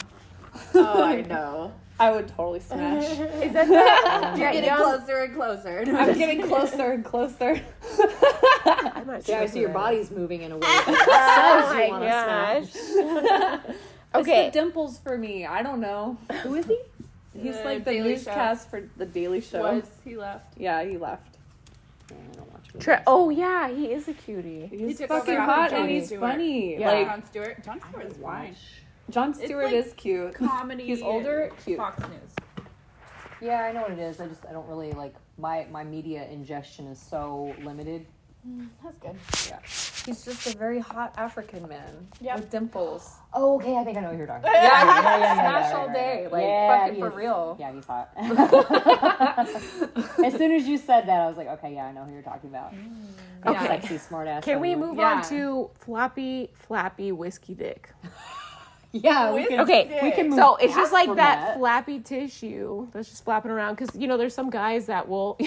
S4: Oh, I know.
S2: [laughs] I would totally
S4: [laughs]
S2: smash.
S1: Is that the,
S4: You're getting
S1: young-
S4: closer and [laughs] closer.
S2: I'm getting closer and closer. [laughs]
S1: I might
S5: yeah, I
S1: check
S5: see your
S1: that.
S5: body's moving
S1: [laughs]
S5: in a way. That
S1: Oh my
S5: you wanna
S1: gosh.
S2: okay.
S1: okay.
S2: It's the dimples for me. I don't know. Who is he? He's
S4: The
S2: like the
S4: Daily
S2: newscast for the Daily Show.
S4: Was he left?
S2: Yeah, he left.
S5: I don't watch movies.
S1: Tra- oh yeah, he is a cutie.
S2: He's
S4: took
S2: fucking
S4: over after
S2: hot
S4: Jon
S2: and he's
S4: Stewart.
S2: funny.
S1: Yeah.
S2: Like
S4: John Stewart. John Stewart is fine.
S2: John Stewart
S4: like
S2: is cute.
S4: Comedy.
S2: He's older, cute.
S4: Fox News.
S5: Yeah, I know what it is. I just I don't really like my my media ingestion is so limited.
S4: That's good.
S2: He's just a very hot African man
S4: Yep.
S2: with dimples.
S5: Oh, okay, I think I know who you're talking. about.
S2: Yeah, I
S5: [laughs] yeah, yeah,
S2: smash
S5: yeah,
S2: all
S5: right,
S2: day,
S5: right.
S2: like
S5: Yeah,
S2: fucking
S5: he
S2: for
S5: is-
S2: real.
S5: Yeah, he's hot. [laughs] as soon as you said that, I was like, okay, yeah, I know who you're talking about.
S1: Okay.
S5: Sexy, smart ass.
S1: Can we
S5: Hollywood.
S1: move
S2: Yeah.
S1: on to floppy, flappy whiskey dick?
S5: Yeah, we can.
S1: Okay.
S5: We can move
S1: So it's just like
S5: past from
S1: that,
S5: that.
S1: flappy tissue that's just flapping around because you know there's some guys that
S5: [laughs]
S1: will. [laughs]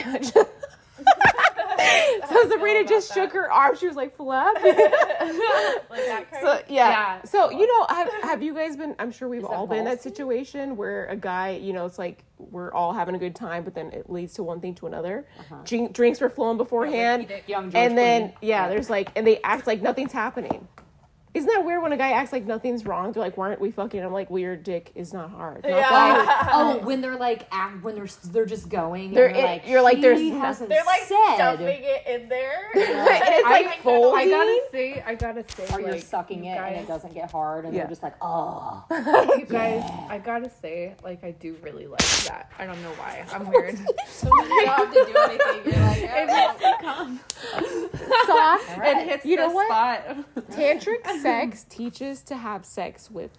S1: so Sabrina
S4: about
S1: just shook her arm. She was like flappy.
S4: Like that kind
S1: So yeah.
S2: Yeah.
S1: So you know, have, have you guys been? I'm sure we've
S5: that
S1: all been in that
S5: ballsy?
S1: situation where a guy, you know, it's like we're all having a good time, but then it leads to one thing to another. Drink, drinks were flowing beforehand,
S4: dick.
S5: Young George
S1: and then
S5: [laughs] Clooney.
S1: yeah, there's like, and they act like nothing's happening. Isn't that weird when a guy acts like nothing's wrong? They're like, why aren't we fucking? I'm like, weird dick is not hard. Not
S4: Yeah.
S1: fucking-
S5: oh, when they're like, act, when they're they're just going, and
S1: They're
S5: they're,
S1: in-
S5: like,
S1: you're like,
S5: she
S1: there's no-
S5: hasn't
S4: They're like
S5: said.
S4: stuffing it in [laughs] there.
S1: [laughs] and it's like folding.
S2: I gotta say, I gotta say,
S5: Or you're
S2: like,
S5: sucking
S2: you
S5: it
S2: guys,
S5: and it doesn't get hard, and
S1: Yeah.
S5: they're just like, oh,
S2: You guys, I gotta say, like, I do really like that. I don't know why. I'm
S1: [laughs]
S2: weird.
S4: you don't have to do anything. You're like,
S2: It
S4: "Oh, yeah,
S2: makes it come.
S1: soft.
S2: It hits
S1: You
S2: the
S1: know what?
S2: spot.
S1: [laughs] Tantric sex teaches to have sex with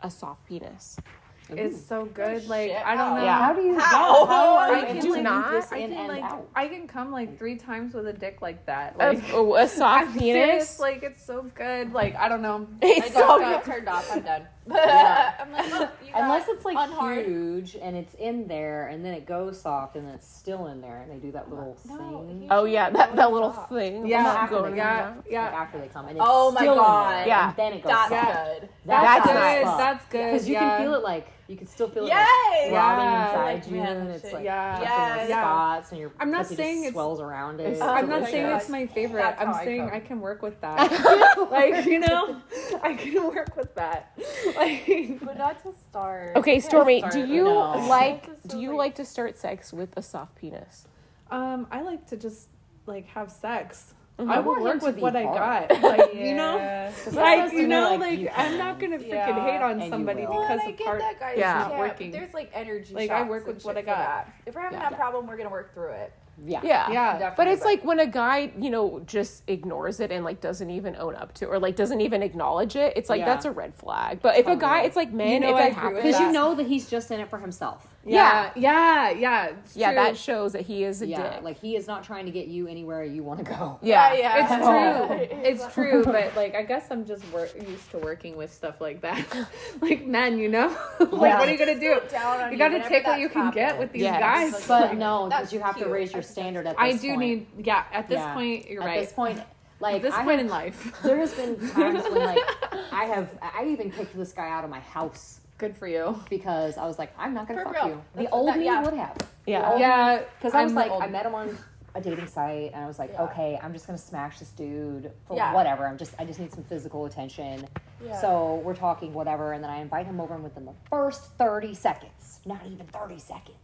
S1: a soft penis.
S2: It's so good. Like,
S4: Shit,
S2: I don't know.
S4: wow.
S1: Yeah.
S5: how do you?
S4: How?
S5: are
S1: I
S5: you
S1: do
S5: doing
S1: not-
S5: this
S2: I
S5: in
S2: can
S5: and
S2: like
S5: out?
S2: I can come like three times with a dick like that.
S1: A,
S2: Like [laughs]
S1: oh, a [laughs] soft
S2: I'm
S1: penis.
S2: serious, like it's so good. Like I don't
S5: [laughs]
S2: know.
S1: it's
S4: I
S1: so
S4: got,
S1: good.
S4: got turned off. I'm done.
S5: Yeah.
S4: I'm like, oh, [laughs] you got
S5: Unless it's like
S4: unhard.
S5: huge and it's in there, and then it goes soft, and then it's still in there, and they do that little
S4: No,
S5: thing.
S4: he-
S1: Oh yeah, that, that little
S4: [laughs]
S1: thing.
S2: Yeah,
S1: not going
S2: yeah,
S1: around.
S5: like,
S2: yeah.
S5: after they come, and it's
S4: Oh my
S5: still in there,
S4: God.
S5: and
S1: Yeah.
S5: then it goes
S4: That's
S5: soft.
S4: good.
S1: That's
S2: good.
S1: nice.
S2: That's good.
S5: Because you
S2: yeah.
S5: can feel it like you can still feel it
S4: Yes.
S5: like
S2: Yeah.
S5: throbbing
S4: Like,
S5: inside you,
S4: man,
S5: and
S4: that
S5: it's
S4: shit.
S5: like
S2: Yeah.
S5: touching those
S2: Yeah.
S5: spots, and your
S2: I'm not
S5: pussy just
S2: saying it's-
S5: swells around it.
S1: It's
S5: Oh
S2: I'm
S5: my
S2: not saying
S5: God.
S2: it's my favorite.
S4: That's
S2: I'm
S4: how I
S2: saying
S4: come.
S2: I can work with
S5: [laughs]
S2: that. [laughs] like you know, [laughs] I can work with that. Like
S4: But not to start.
S1: Okay, Stormy, do
S2: started.
S1: you
S5: No.
S1: like [laughs]
S4: This is
S1: do
S4: so
S1: you
S4: late.
S1: like to start sex with a soft penis?
S2: um, I like to just like have
S1: Mhm.
S2: sex. I
S5: Mm-hmm. I
S2: will
S5: want
S2: work
S5: him to
S2: with
S5: be
S2: what I
S5: hard. [laughs]
S2: got. Like you know.
S4: Yeah.
S2: Like you know,
S5: Like,
S2: like
S5: you
S2: I'm
S5: can.
S2: not gonna freaking
S4: Yeah,
S2: hate
S5: and
S2: on
S5: you
S2: somebody
S5: will.
S4: Well,
S2: because
S4: and I
S2: the
S4: get
S2: part
S4: that guy's
S1: Yeah.
S4: not
S2: not
S4: working.
S2: working.
S4: There's like energy.
S2: Like, I
S4: shots
S2: work with
S4: and
S2: what
S4: shit
S2: I
S4: for
S2: got.
S4: that. If we're having
S5: Yeah.
S4: that problem, we're gonna work through it.
S5: Yeah.
S1: Yeah.
S2: Yeah.
S1: But it's like when a guy, you know, just ignores it and like doesn't even own up to or like doesn't even acknowledge it, it's like
S5: Yeah.
S1: that's a red flag. But if a guy,
S5: Totally.
S1: it's like men,
S2: know
S1: if
S2: I
S1: that
S2: agree with
S1: happens,
S5: Because you
S2: that.
S5: know that he's just in it for himself.
S2: Yeah, yeah, yeah. It's
S1: yeah,
S2: true.
S1: that shows that he is a
S5: yeah.
S1: dick.
S5: Like he is not trying to get you anywhere you want to go.
S1: yeah.
S2: [laughs] it's
S4: yeah.
S2: true. It's true, but like I guess I'm just wor- used to working with stuff like that, [laughs] like men. You know, [laughs] like
S5: Yeah.
S2: what are you gonna do?
S4: Down on
S2: You gotta
S4: whenever
S2: take what
S4: that's
S2: you can get with these
S1: Yes.
S2: guys.
S5: But
S2: Like,
S4: [laughs]
S5: no,
S4: That's
S5: because you have to
S4: cute.
S5: raise your
S4: I think that's
S5: standard at this
S2: I do
S5: point.
S2: need. Yeah, at this
S5: Yeah.
S2: point, you're
S5: at
S2: right.
S5: this point, like
S2: At this
S5: I
S2: point
S5: have-
S2: in
S5: [laughs]
S2: life,
S5: there has
S2: [laughs]
S5: been times when like I have I even kicked this guy out of my house
S2: good for you.
S5: because I was like, I'm not gonna
S4: For
S5: fuck
S4: real.
S5: you. The
S4: That's-
S5: old
S4: that-
S5: me
S4: yeah.
S5: would have.
S1: Yeah.
S5: Oh,
S2: Yeah,
S5: Because I was
S2: I'm
S5: like,
S2: old.
S5: I met him on a dating site, and I was like,
S4: Yeah.
S5: okay, I'm just gonna smash this dude for
S4: Yeah.
S5: whatever. I'm just, I just need some physical attention.
S4: Yeah.
S5: So we're talking, whatever, and then I invite him over, and within the first 30 seconds, not even 30 seconds,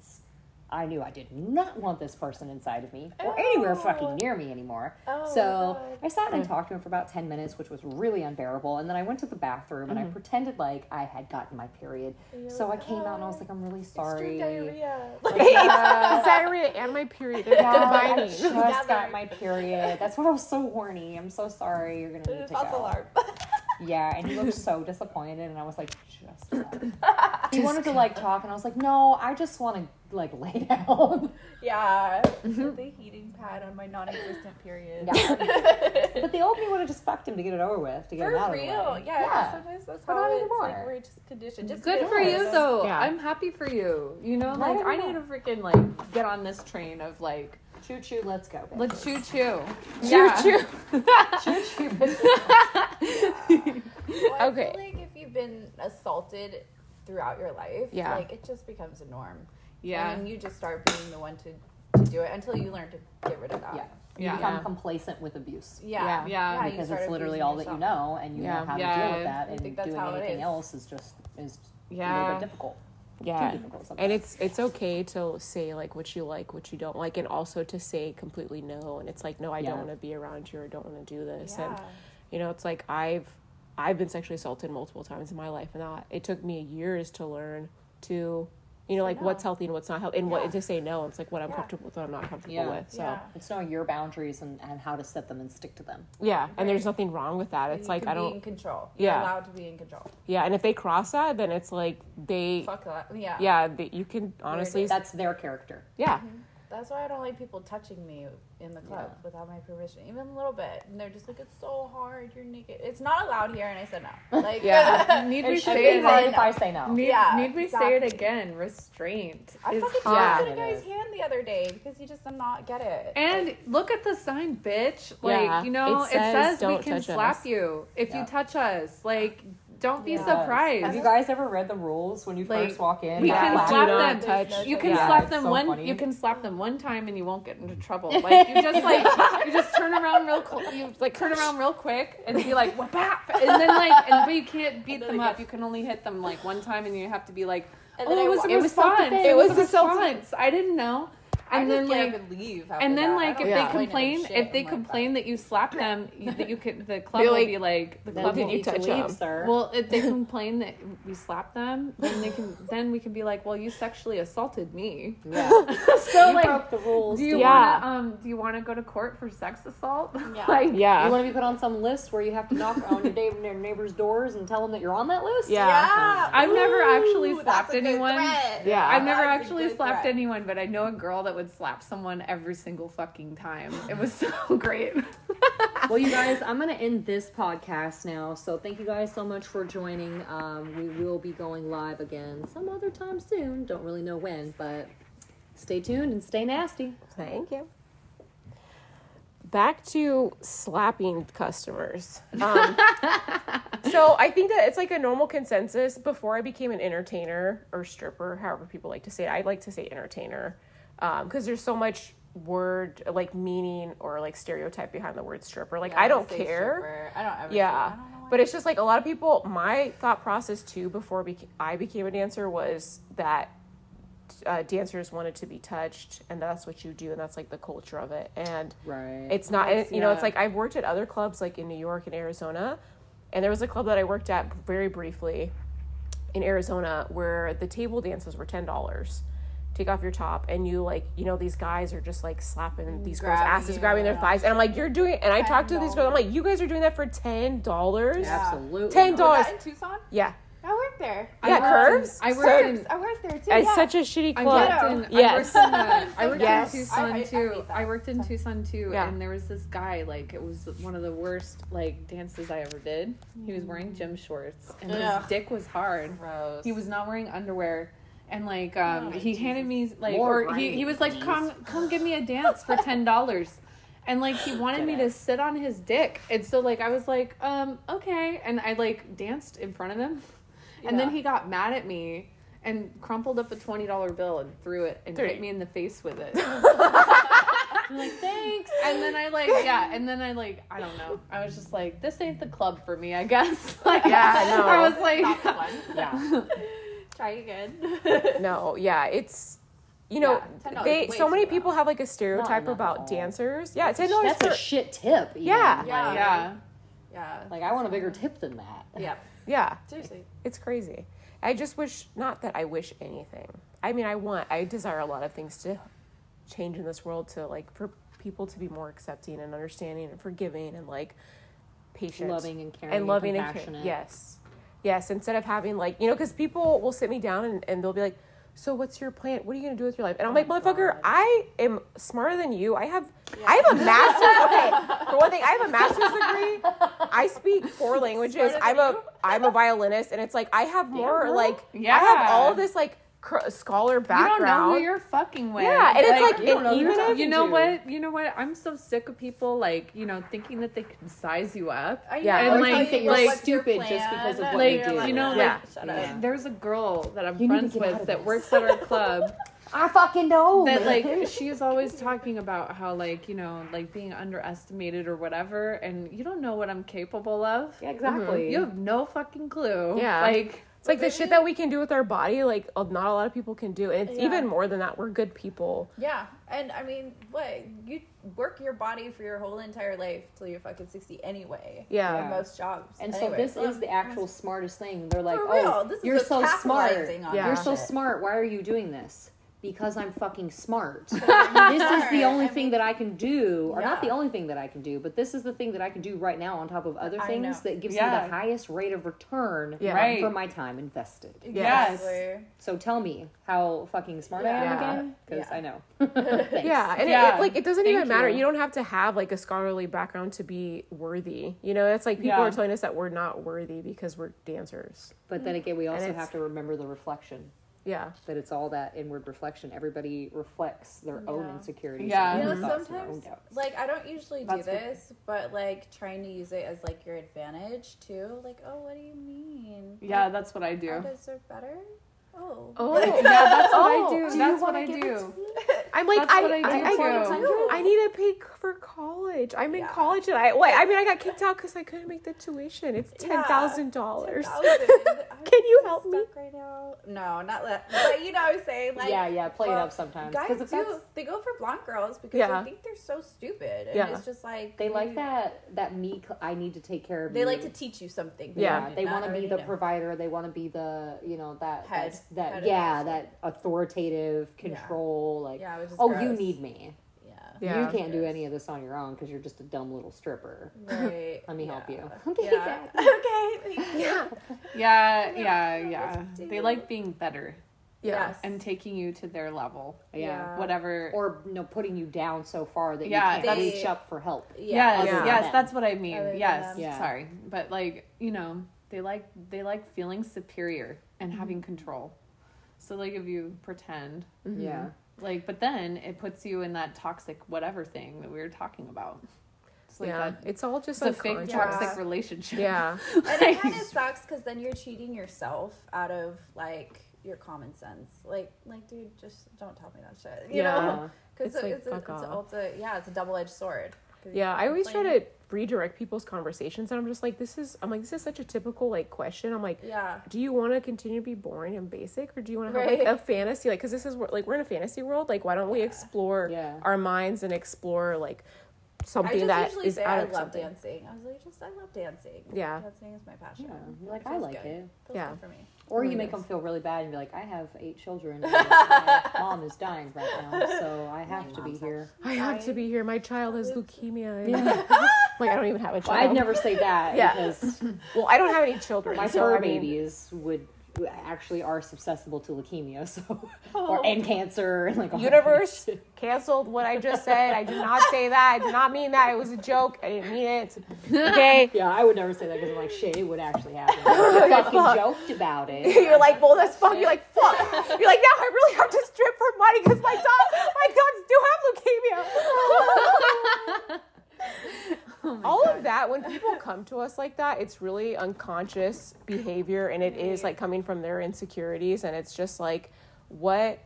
S5: I knew I did not want this person inside of me or anywhere
S4: Oh.
S5: fucking near me anymore.
S4: Oh,
S5: so
S4: God.
S5: I sat and I talked to him for about 10 minutes, which was really unbearable. And then I went to the bathroom and I pretended like I had gotten my period.
S4: you're
S5: So I
S4: like,
S5: came out and I was like, I'm really sorry.
S4: [laughs]
S1: It's diarrhea and my period are
S5: Yeah, I
S1: combining.
S5: just
S4: Together.
S5: got my period. That's why I was so horny. I'm so sorry. You're gonna need to
S4: False
S5: go.
S4: alarm.
S5: Yeah, and he looked so
S4: [laughs]
S5: disappointed, and I was like,
S4: [clears throat]
S5: just. up. he wanted to like talk, and I was like, no, I just want to like lay [laughs] down.
S1: [laughs]
S4: yeah. With The heating pad on my non-existent
S5: [laughs]
S4: period.
S5: but the old me would have just fucked him to get it over with, to get
S4: For
S5: him out
S4: real,
S5: of
S4: yeah.
S5: the way.
S4: Sometimes that's
S5: But
S4: how
S5: not
S4: it's like
S5: anymore.
S4: we're just conditioned. Just
S2: Good
S4: get
S2: for
S4: over
S2: you
S4: it.
S2: though.
S1: Yeah.
S2: I'm happy for you. You know,
S5: Why
S2: like
S5: do
S2: I
S5: that?
S2: need to freaking like get on this train of like
S5: Choo choo, let's go. bitch.
S2: let's
S5: [laughs]
S2: choo choo.
S1: Choo-choo.
S4: Well, I
S1: Okay.
S4: feel like if you've been assaulted throughout your life,
S1: Yeah.
S4: like it just becomes a norm.
S2: Yeah.
S4: And you just start being the one to, to do it until you learn to get rid of that.
S5: Yeah. You
S2: Yeah.
S5: become
S1: Yeah.
S5: complacent with abuse.
S1: Yeah.
S4: Yeah.
S2: Yeah.
S4: you
S5: Because
S4: start
S5: it's literally
S4: abusing
S5: all that you
S4: yourself.
S5: know, and you
S1: Yeah.
S5: know how to
S2: Yeah.
S5: deal with that,
S4: I
S5: and
S4: think that's
S5: doing
S4: how it
S5: anything
S4: is.
S5: else is just is a
S2: Yeah.
S5: little bit difficult.
S1: Yeah.
S5: Too difficult sometimes.
S1: And it's it's okay to say like what you like, what you don't like, and also to say completely no. And it's like, no, I
S5: Yeah.
S1: don't want to be around you, or don't want to do this. And
S4: Yeah.
S1: you know, it's like I've I've been sexually assaulted multiple times in my life, and that it took me years to learn to, you know, like
S4: no.
S1: what's healthy and what's not healthy, and what
S4: Yeah.
S1: to say no. And it's like what I'm
S4: Yeah.
S1: comfortable with, what I'm not comfortable
S5: Yeah.
S1: with. So yeah,
S4: Yeah.
S5: It's knowing your boundaries and, and how to set them and stick to them.
S1: and there's nothing wrong with that. It's
S4: You
S1: like
S4: can
S1: I
S4: be
S1: don't,
S4: in control.
S1: Yeah.
S4: You're allowed to be in control.
S1: yeah. And if they cross that, then it's like they,
S4: Fuck that. Yeah.
S1: yeah, they, you can honestly,
S5: That's their character.
S1: yeah,
S4: That's why I don't like people touching me in the club
S5: Yeah.
S4: without my permission, even a little bit. And they're just like, "It's so hard. You're naked. It's not allowed here." And I said no. Like,
S1: Yeah.
S2: Need
S5: It
S2: we
S5: should
S2: say
S5: be
S2: it?
S5: right
S2: Like,
S5: if I say no.
S2: need,
S4: Yeah,
S2: need we say it
S4: exactly.
S2: again? Restraint
S4: I
S2: is
S4: fucking
S1: Yeah.
S4: twisted a
S5: It
S4: guy's
S5: is.
S4: hand the other day because he just did not get it.
S2: And look at the sign, bitch. Like
S1: Yeah.
S2: you know,
S1: It
S2: it
S1: says
S2: says,
S1: don't
S2: we can
S1: touch
S2: slap
S1: us.
S2: you if
S5: Yeah.
S2: you touch us. Like Don't be
S4: Yeah.
S5: Have
S2: surprised.
S5: you guys ever read the rules when you
S2: Like,
S5: first walk in?
S2: we
S5: That
S2: can
S5: black-
S2: slap
S1: not
S2: them.
S1: touch.
S2: You can
S5: Yeah,
S2: slap
S5: it's
S2: them
S5: so
S2: one.
S5: funny.
S2: You can slap them one time, and you won't get into trouble. Like you just like you just turn around real. Cl- you like turn around real quick and be like whap bap, and then like and but you can't beat them up. You can only hit them like one time, and you have to be like,
S4: And
S2: oh,
S4: then I
S2: it was a
S4: wa-
S2: it
S4: it was
S2: response.
S4: self-defense.
S2: it
S1: It
S2: was
S1: was
S2: a
S1: a self-defense.
S2: response. I didn't know. And
S4: I
S2: then
S4: just get up
S2: like.
S4: and leave. after
S2: And then,
S4: that. I
S2: like,
S4: don't
S2: if
S4: like
S2: they
S4: pointing at
S2: complain,
S4: shit.
S2: if they
S4: I'm like,
S2: complain that you
S4: [laughs]
S2: slap them, you, that you can, the club
S1: They're
S2: will
S1: like,
S2: be like, the
S5: No,
S2: club
S1: did
S2: will
S1: you
S2: be
S1: touch
S5: leave,
S1: up?
S5: sir.
S2: well, if
S4: [laughs]
S2: they complain that we slap them, then they can. Then we can be like, "Well, you sexually assaulted me."
S5: yeah. [laughs]
S2: So
S5: you broke the rules.
S2: do you
S1: Yeah.
S2: want um? Do you want to go to court for sex assault?
S4: Yeah.
S2: like,
S1: Yeah.
S5: You want to be put on some list where you have to knock on your neighbor, your neighbor's doors and tell them that you're on that list?
S1: Yeah.
S4: Yeah.
S2: I've never actually
S4: Ooh, that's
S2: slapped
S4: a good
S2: anyone.
S4: threat.
S1: Yeah.
S2: [laughs] I've never
S4: That's a
S2: actually
S4: good
S2: slapped
S4: threat.
S2: anyone, but I know a girl that would slap someone every single fucking time. It was [laughs] so great.
S5: Well, you guys, I'm going to end this podcast now. So thank you guys so much for joining. Um, we will be going live again some other time soon. Don't really know when, but stay tuned and stay nasty.
S1: Thank you. Back to slapping customers.
S4: [laughs]
S1: Um, so I think that it's like a normal consensus. Before I became an entertainer or stripper, however people like to say it, I like to say entertainer because there's so much word like meaning or like stereotype behind the word stripper. Like
S4: Yeah,
S1: I don't
S4: say
S1: care.
S4: stripper. I don't ever. say- I
S1: Yeah.
S4: don't know why.
S1: But it's just like a lot of people, my thought process too before bec- I became a dancer was that uh, dancers wanted to be touched and that's what you do and that's like the culture of it. And
S5: Right.
S1: it's not,
S2: Yes,
S1: you know, it's
S2: yeah.
S1: like I've worked at other clubs like in New York and Arizona. And there was a club that I worked at very briefly in Arizona where the table dances were $10. Take off your top, and you like, you know, these guys are just like slapping these girls'
S4: Grabbing
S1: asses,
S4: you,
S1: grabbing their
S4: yeah.
S1: thighs. And I'm like, you're doing, and I talked to these girls, I'm like, you guys are doing that for $10?
S5: Absolutely.
S1: Ten
S5: not.
S1: dollars.
S4: Was that in Tucson?
S1: Yeah.
S4: I worked there.
S2: I
S1: Yeah,
S2: worked in-
S1: curves.
S2: I worked
S1: Curves.
S2: in
S4: I worked there too.
S1: It's
S4: yeah.
S1: such a shitty
S2: I
S1: club.
S2: worked in,
S1: Yes.
S2: I worked in, uh,
S1: [laughs]
S2: I worked
S1: Yes.
S2: in Tucson
S4: I- I- I
S2: too.
S4: hate that.
S2: I, worked in Tucson too,
S1: Yeah.
S2: and there was this guy. Like it was one of the worst like dances I ever did. He was wearing gym shorts, and
S4: Ugh.
S2: his dick was hard.
S4: Gross.
S2: He was not wearing underwear. And like um,
S4: Oh,
S2: he handed me like
S5: More
S2: or he, he
S5: grinding,
S2: was like
S5: please.
S2: come come give me a dance for ten dollars, and like he wanted me to sit on his dick, and so like I was like um okay, and I like danced in front of him, and then
S4: Yeah.
S2: he got mad at me and crumpled up a twenty dollar bill and threw it and
S1: Threw
S2: hit
S1: it.
S2: me in the face with it. I'm like thanks, and then I like yeah, and then I like I don't know. I was just like this ain't the club for me, I guess. [laughs] Like,
S1: Yeah, I know.
S2: I was like.
S5: [laughs]
S4: Not fun.
S5: Yeah.
S4: Try again. [laughs]
S1: No, yeah, it's you know
S4: Yeah, $10 is
S1: they
S4: way
S1: so many
S4: too
S1: people have like a stereotype
S5: enough at all.
S1: about dancers. Yeah, ten dollars
S5: That's
S1: for
S5: a shit tip. even.
S1: Yeah.
S5: Like,
S4: Yeah.
S2: Yeah.
S4: Yeah.
S5: like, I want a bigger tip than that.
S4: Yeah.
S1: yeah,
S4: Seriously.
S1: it's crazy. I just wish not that I wish anything. I mean, I want I desire a lot of things to change in this world to like for people to be more accepting and understanding and forgiving and like patient,
S5: Loving and caring
S1: and
S5: and
S1: loving and,
S5: compassionate.
S1: caring. Yes, yes. Instead of having like you know, because people will sit me down and, and they'll be like, "So what's your plan? What are you gonna do with your life?"
S2: Oh
S1: And I'm like, "Motherfucker, I am smarter than you. I have, I
S2: [laughs]
S1: have a master's. okay, for one thing, I have a master's degree. I speak
S2: [laughs]
S1: four languages. I'm a, am a violinist, and it's like I have more
S5: girl.
S1: like I
S2: Yeah.
S1: have all this like cr- scholar
S2: You don't
S1: background.
S2: know who you're fucking with.
S1: Yeah, and it's like,
S5: you don't
S1: and
S5: know who you're
S1: even if
S5: talking
S2: you know
S5: to.
S2: what? You know what? I'm so sick of people like you know thinking that they can size you up.
S4: I
S1: Yeah.
S4: know.
S2: And,
S4: Or
S2: like,
S4: tell you,
S2: you're
S4: what's your
S5: stupid just
S4: plan?
S5: because of what
S2: Like
S5: you do.
S2: you know,
S1: Yeah.
S2: like
S4: Shut
S5: Yeah.
S4: up.
S2: there's a girl that I'm
S5: You need
S2: friends
S5: to get out
S2: with
S5: of
S2: that
S5: this.
S2: works at our club
S5: I fucking know.
S2: that
S5: man.
S2: like she is always talking about how like you know like being underestimated or whatever, and you don't know what I'm capable of.
S5: [laughs] Yeah, exactly.
S2: Mm-hmm. You have no fucking clue.
S1: Yeah.
S2: like
S1: It's like the shit that we can do with our body, like a- not a lot of people can do. And it's even more than that. We're good people.
S4: Yeah, and I mean, what you work your body for your whole entire life till you're fucking sixty anyway.
S1: Yeah.
S4: In most jobs.
S5: And
S4: anyway.
S5: so
S4: [laughs]
S5: this is the actual smartest thing. They're like,
S4: For real,
S5: "Oh,
S4: this is
S5: you're
S4: us
S5: so smart.
S4: capitalizing on
S1: Yeah.
S5: You're
S1: that
S5: so
S4: shit."
S5: smart. Why are you doing this?" Because I'm fucking
S4: [laughs]
S5: smart. this is the only
S4: I
S5: thing
S4: mean-
S5: that I can do, or not the
S4: Yeah.
S5: only thing that I can do, but this is the thing that I can do right now on top of other
S4: I
S5: things
S4: know.
S5: that gives me
S2: Yeah.
S5: the highest rate of return
S1: Yeah.
S2: Right.
S5: for my time invested.
S1: Yes.
S4: Exactly.
S5: So tell me how fucking smart I am
S1: Yeah.
S5: again, because
S4: Yeah.
S5: I know. [laughs] Thanks.
S1: Yeah, and It,
S2: Yeah.
S1: it's like it doesn't
S2: Thank
S1: even matter.
S2: you.
S1: You. don't have to have like a scholarly background to be worthy. You know, it's like people
S2: Yeah.
S1: are telling us that we're not worthy because we're dancers.
S4: Mm.
S5: But then again, we also
S1: it's-
S5: have to remember the reflection.
S1: Yeah.
S5: that it's all that inward reflection. Everybody reflects their own
S4: Yeah.
S5: insecurities.
S1: Yeah.
S5: and
S4: You
S5: their
S4: know,
S1: Mhm.
S5: thoughts and their
S4: sometimes,
S5: own doubts.
S4: like, I don't usually do
S5: That's good.
S4: this, but like trying to use it as like your advantage too. Like, oh, what do you mean?
S2: Yeah, that's what I
S4: I
S2: do.
S4: deserve better. Oh,
S1: [laughs] Oh,
S2: yeah, that's what
S1: Oh,
S2: I do.
S1: do you
S2: that's what
S1: wanna
S2: I
S1: give it
S2: do.
S1: I'm like
S2: That's
S1: I,
S2: what I do
S1: I, I,
S4: too.
S1: I need to pay c- for college. I'm in
S4: Yeah.
S1: college and I wait. I mean, I got kicked out because I couldn't make the tuition. It's ten thousand dollars.
S5: [laughs]
S1: Can you help me?
S4: Right now? No, not that. But you know what I'm saying? Like,
S5: yeah, yeah, play it
S4: well,
S5: up sometimes
S4: Guys
S5: because
S4: do.
S5: if that's
S4: They go for blonde girls because
S1: Yeah.
S4: they think they're so stupid, and
S1: Yeah.
S4: it's just like
S5: they like
S4: you-
S5: that that me cl- I need to take care of.
S4: They
S5: you.
S4: like to teach you something. that
S1: Yeah.
S4: you
S5: Yeah,
S4: did
S5: they
S4: not
S5: want to be
S4: already
S5: the
S4: know.
S5: provider. They want to be the you know that
S4: Head.
S5: that's- that
S4: Head of
S5: yeah
S4: household.
S5: that authoritative control like
S4: Yeah, which is
S5: oh you
S4: gross.
S5: need me
S4: Yeah.
S1: Yeah.
S5: you can't do
S4: Gross.
S5: any of this on your own because you're just a dumb little stripper.
S4: Right.
S5: [laughs] Let me help
S4: Yeah.
S5: you. Okay,
S4: [laughs]
S5: [laughs]
S4: Yeah.
S5: Dad.
S4: [laughs] okay. thank you.
S2: Yeah,
S4: don't
S2: yeah,
S4: know what
S2: yeah.
S4: to
S2: They
S4: do.
S2: like being better
S4: Yes. Uh,
S2: and taking you to their level.
S5: yeah.
S2: Whatever.
S5: Or you know, putting you down so far that
S2: Yeah,
S5: you can't
S4: that's-
S5: reach up for help.
S4: yeah.
S2: yes,
S1: Yeah.
S2: yes, that's what I mean.
S4: Other than
S2: yes,
S4: them.
S5: Yeah.
S2: sorry, but like you know, they like they like feeling superior and
S4: Mm-hmm.
S2: having control. So like if you pretend,
S4: Mm-hmm.
S1: Mm-hmm.
S5: Yeah.
S2: like, but then it puts you in that toxic whatever thing that we were talking about. It's like
S1: yeah.
S2: that.
S1: It's all just
S2: It's a fake
S1: unconscious.
S2: toxic
S4: Yeah.
S1: [laughs]
S2: relationship.
S1: Yeah.
S4: And it kind of sucks because then you're cheating yourself out of like your common sense. Like, like, dude, just don't tell me that shit. You
S1: Yeah.
S4: know?
S5: Uh-huh.
S4: Because
S1: It's
S4: it's,
S1: like,
S4: it's, a-
S1: fuck
S4: it's, a-
S1: off.
S4: it's a yeah, it's a double edged sword. 'Cause you
S1: Yeah,
S4: can
S1: I always try
S4: complain.
S1: to redirect people's conversations, and I'm just like, this is. I'm like, this is such a typical like question. I'm like,
S4: Yeah.
S1: do you want to continue to be boring and basic, or do you want to have like
S4: Right.
S1: a fantasy? Like, because this is where- like we're in a fantasy world. Like, why don't we explore
S5: Yeah.
S1: our minds and explore like
S4: I
S1: something
S4: just
S1: that
S4: usually
S1: is
S4: say
S1: out
S4: I
S1: of
S4: love
S1: something?
S4: dancing. I was like, just I love dancing.
S1: Yeah.
S4: dancing is my passion.
S5: Yeah, you're like,
S4: It
S5: I
S4: feels
S5: like
S4: good.
S5: it.
S4: Feels
S1: Yeah.
S4: good for me.
S5: Or
S1: Really
S5: you make
S1: nice.
S5: them feel really bad and be like, I have eight children.
S1: [laughs]
S5: And my mom is dying right now, so I have to be
S6: mom's
S5: here.
S1: I have to be here. My child has leukemia. [laughs] like, I don't even have a
S5: Well,
S1: child.
S5: I'd never say that
S1: [laughs] Yeah.
S5: because
S1: Well, I don't have any children.
S5: my
S1: so,
S5: fur
S1: I mean,
S5: [laughs] babies would actually are susceptible to leukemia, [laughs] so or and cancer and like all that
S1: Oh. Universe
S5: shit.
S1: canceled what I just said. I did not say that. I did not mean that. It was a joke. I didn't mean it.
S5: [laughs]
S1: Okay.
S5: Yeah, I would never say that because I'm like, shit, it would actually
S1: [laughs]
S5: happen. You fucking joked about it.
S1: You're like, well, that's fuck. You're like, fuck. You're like, now I really have to strip for money because my dog, my dogs do have leukemia. All of that, when people come to us like that, it's really unconscious behavior, and it is like coming from their insecurities, and it's just like, what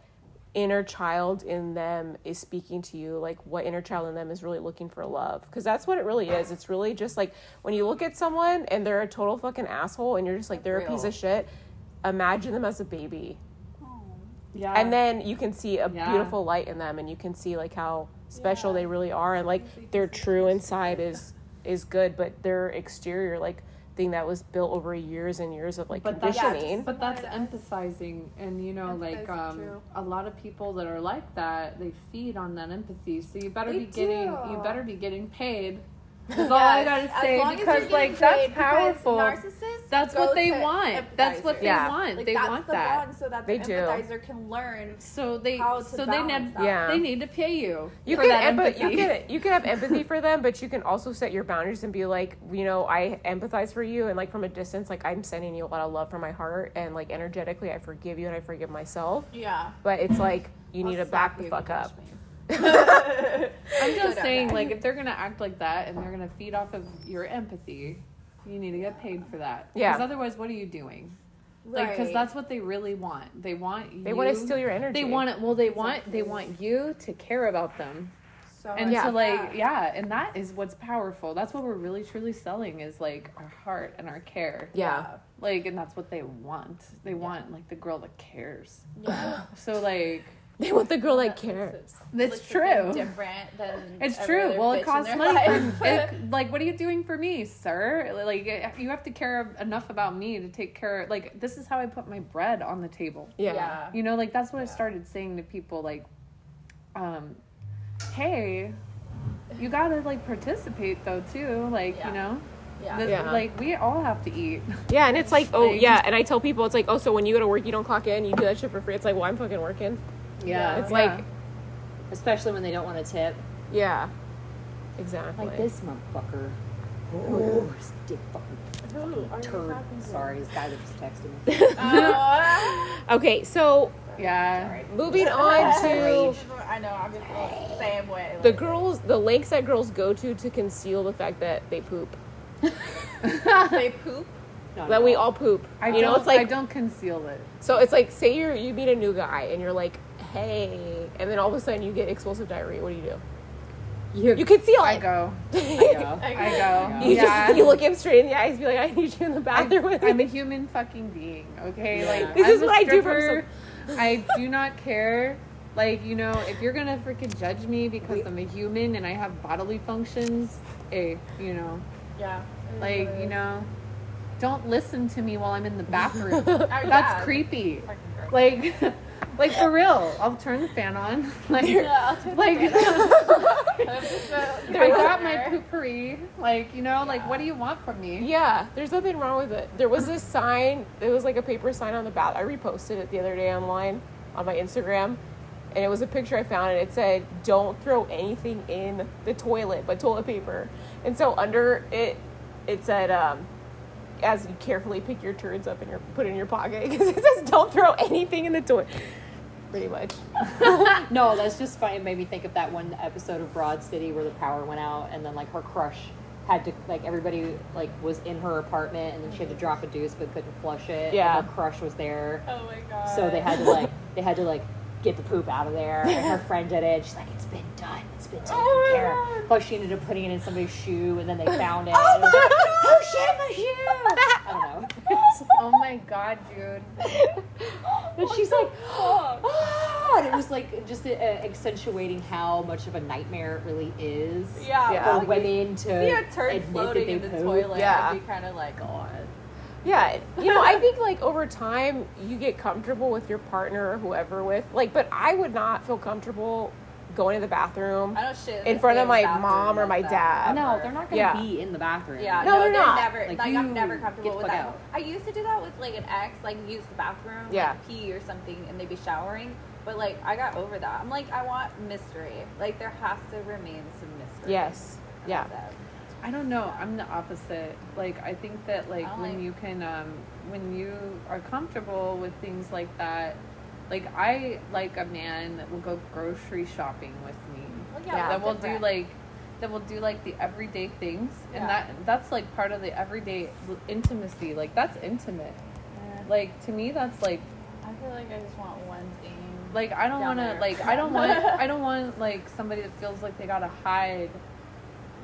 S1: inner child in them is speaking to you like what inner child in them is really looking for love because that's what it really is it's really just like when you look at someone and they're a total fucking asshole and you're just like they're a piece of shit imagine them as a baby
S2: [laughs] Yeah.
S1: and then you can see a
S2: Yeah.
S1: beautiful light in them and you can see like how special they really are and like their true inside is is good but their exterior like thing that was built over years and years of like
S2: but that's
S1: conditioning
S2: but that's emphasizing and you know like
S4: Emphasizing,
S2: um
S4: true.
S2: a lot of people that are like that they feed on that empathy so you better
S4: They
S2: be getting
S4: do.
S2: you better be getting
S4: [laughs]
S2: paid that's all i gotta say because like that's powerful That's what they want. That's what they
S1: Yeah.
S2: want.
S4: Like,
S2: they
S4: that's
S2: want
S4: the
S2: that.
S4: bond so that
S1: They
S4: the
S1: do.
S4: empathizer can learn.
S2: So they
S4: How to
S2: so they
S4: balance
S2: need
S4: that.
S1: Yeah.
S2: they need to pay you,
S1: you
S2: for
S1: can,
S2: that
S1: empa-
S2: empathy.
S1: you can you can have
S2: [laughs]
S1: empathy for them, but you can also set your boundaries and be like, you know, I empathize for you, and like from a distance, like I'm sending you a lot of love from my heart, and like energetically, I forgive you and I forgive myself.
S4: Yeah.
S1: But it's like you
S4: I'll
S1: need to
S4: slap
S1: back the
S4: you if
S1: fuck
S4: you
S1: up.
S4: [laughs] touch me.
S2: I'm
S4: So
S2: just
S4: that
S2: saying,
S4: bad.
S2: like if they're gonna act like that and they're gonna feed off of your empathy, you need to get paid for that.
S1: Yeah.
S2: Because otherwise, what are you doing? Like, because
S4: Right.
S2: that's what they really want. They want
S1: They
S2: you-
S1: want to steal your energy.
S2: They want it. Well, they want they want you to care about them
S4: so
S2: and
S1: Yeah.
S2: to like yeah, and that is what's powerful. That's what we're really truly selling is like our heart and our care.
S1: Yeah. [laughs]
S2: Like, and that's what they want. They want like the girl that cares. So like
S1: They want the girl that cares.
S2: that's true.
S4: Different than
S2: [laughs] It's
S4: every
S2: true.
S4: other
S2: Well,
S4: bitch
S2: it
S4: in
S2: costs
S4: their
S2: money.
S4: life.
S2: for- [laughs]
S4: [laughs]
S2: it, like, what are you doing for me, sir? Like, you have to care enough about me to take care. Like, this is how I put my bread on the table.
S1: Yeah.
S4: Yeah.
S2: You know, like that's what I started saying to people. Like, um, hey, you gotta like participate though too. Like,
S4: Yeah.
S2: you know,
S4: Yeah.
S2: The-
S1: Yeah.
S2: like we all have to eat.
S1: Yeah, and it's like, oh
S2: Like-
S1: yeah, and I tell people it's like, oh, so when you go to work, you don't clock in, you do that shit for free. It's like, well, I'm fucking working.
S2: [laughs]
S5: Yeah.
S1: It's like,
S5: Especially when they don't want to tip.
S1: yeah, exactly.
S5: Like this motherfucker. Oh, his Oh, dick fucking
S1: Who are
S5: turd. Sorry, this guy that just texted me.
S1: [laughs]
S4: Oh,
S1: Okay, so
S2: Yeah.
S1: [laughs]
S2: [laughs]
S1: moving
S4: [laughs]
S1: on to
S4: I know, I'm just the same way.
S1: the girls, the lengths that girls go to to conceal the fact that they poop,
S4: like, they poop.
S5: No,
S1: that
S5: no.
S1: we all poop.
S2: I
S1: you know,
S2: don't-
S1: it's like
S2: I don't conceal it.
S1: So it's like, say you you meet a new guy and you're like, hey, and then all of a sudden you get explosive diarrhea. What do you do? You conceal
S2: I
S1: it. [laughs]
S2: go.
S5: Yeah.
S2: I go.
S1: You
S2: yeah.
S1: just you look him straight in the eyes, and be like, I need you in the bathroom with
S2: I'm a
S1: me.
S2: human fucking being, okay? Like
S1: This
S2: I'm
S1: is
S2: a
S1: what I do for
S2: stripper. I do not care. Like, you know, if you're gonna freaking judge me because I'm a human and I have bodily functions, eh, you know.
S4: Yeah.
S2: Like, you know, don't listen to me while I'm in
S4: [laughs]
S2: the bathroom.
S4: That's
S2: That's creepy. Like [laughs] like for real. I'll turn the fan on. [laughs] Like
S4: Yeah, I'll turn
S2: like
S4: I
S2: [laughs] I got my poopery. Like, you know, like what do you want from me?
S1: Yeah, there's nothing wrong with it. There was this sign. It was like a paper sign on the bath. I reposted it the other day online on my Instagram, and it was a picture I found, and it said, "Don't throw anything in the toilet but toilet paper." And so under it, it said. Um, as you carefully pick your turds up and your put it in your pocket [laughs] because it says don't throw anything in the toilet. Pretty much.
S5: No, that's just funny. It made me think of that one episode of Broad City where the power went out, and then like her crush had to like everybody like was in her apartment, and then she had to drop a deuce but couldn't flush it. and
S1: Yeah.
S5: her crush was there,
S4: Oh my god.
S5: so they had to like they had to like get the poop out of there. And her friend did it. and She's like, "It's been done. It's been taken
S4: my
S5: care of." But she ended up putting it in somebody's shoe, and then they
S1: Oh
S5: found it. and it was [laughs] like, oh shit, my shoe!
S1: [laughs]
S5: [laughs] I don't know.
S2: Oh my god, dude.
S5: And she's like, [gasps]
S1: Oh
S5: "Ah," and it was like just uh, accentuating how much of a nightmare it really is
S4: Yeah.
S1: Yeah.
S5: for
S4: Like,
S5: women to
S4: See a turd
S5: admit that
S4: floating
S5: they
S4: in the
S5: poop.
S4: toilet.
S1: Yeah.
S4: Yeah. I'd be kind of like, oh.
S1: Yeah, you know,
S2: [laughs]
S1: I think like over time you get comfortable with your partner or whoever with like, but I would not feel comfortable going to the bathroom.
S2: Uh,
S4: I don't shit
S1: In
S4: the
S1: front of
S4: same
S1: my
S4: bathroom
S1: mom or
S4: as
S1: my
S4: that.
S1: dad.
S5: No, they're not gonna
S1: Yeah.
S5: be in the bathroom.
S4: Yeah,
S1: No,
S4: no,
S1: they're
S4: they're,
S1: not.
S4: never.
S5: Like,
S4: Like,
S5: you
S4: I'm never
S5: get
S4: comfortable
S5: the
S4: with
S5: fuck
S4: that.
S5: out.
S4: I used to do that with like an ex, like use the bathroom,
S1: Yeah.
S4: like, pee or something, and they'd be showering. But like, I got over that. I'm like, I want mystery. Like, there has to remain some mystery.
S1: Yes.
S4: That's
S1: Yeah.
S4: it.
S2: I don't know. I'm the opposite. Like I think that like
S4: I
S2: when
S4: like-
S2: you can um when you are comfortable with things like that, like I like a man that will go grocery shopping with me.
S4: Well,
S1: Yeah.
S4: that's
S2: that will do
S4: different.
S2: like that will do like the everyday things
S4: Yeah.
S2: and that that's like part of the everyday l- intimacy. Like that's intimate.
S4: Yeah.
S2: Like to me that's like
S4: I feel like I just want one thing.
S2: like I don't
S4: Down
S2: want to
S4: there.
S2: like I don't want
S4: [laughs]
S2: I don't want like somebody that feels like they got to hide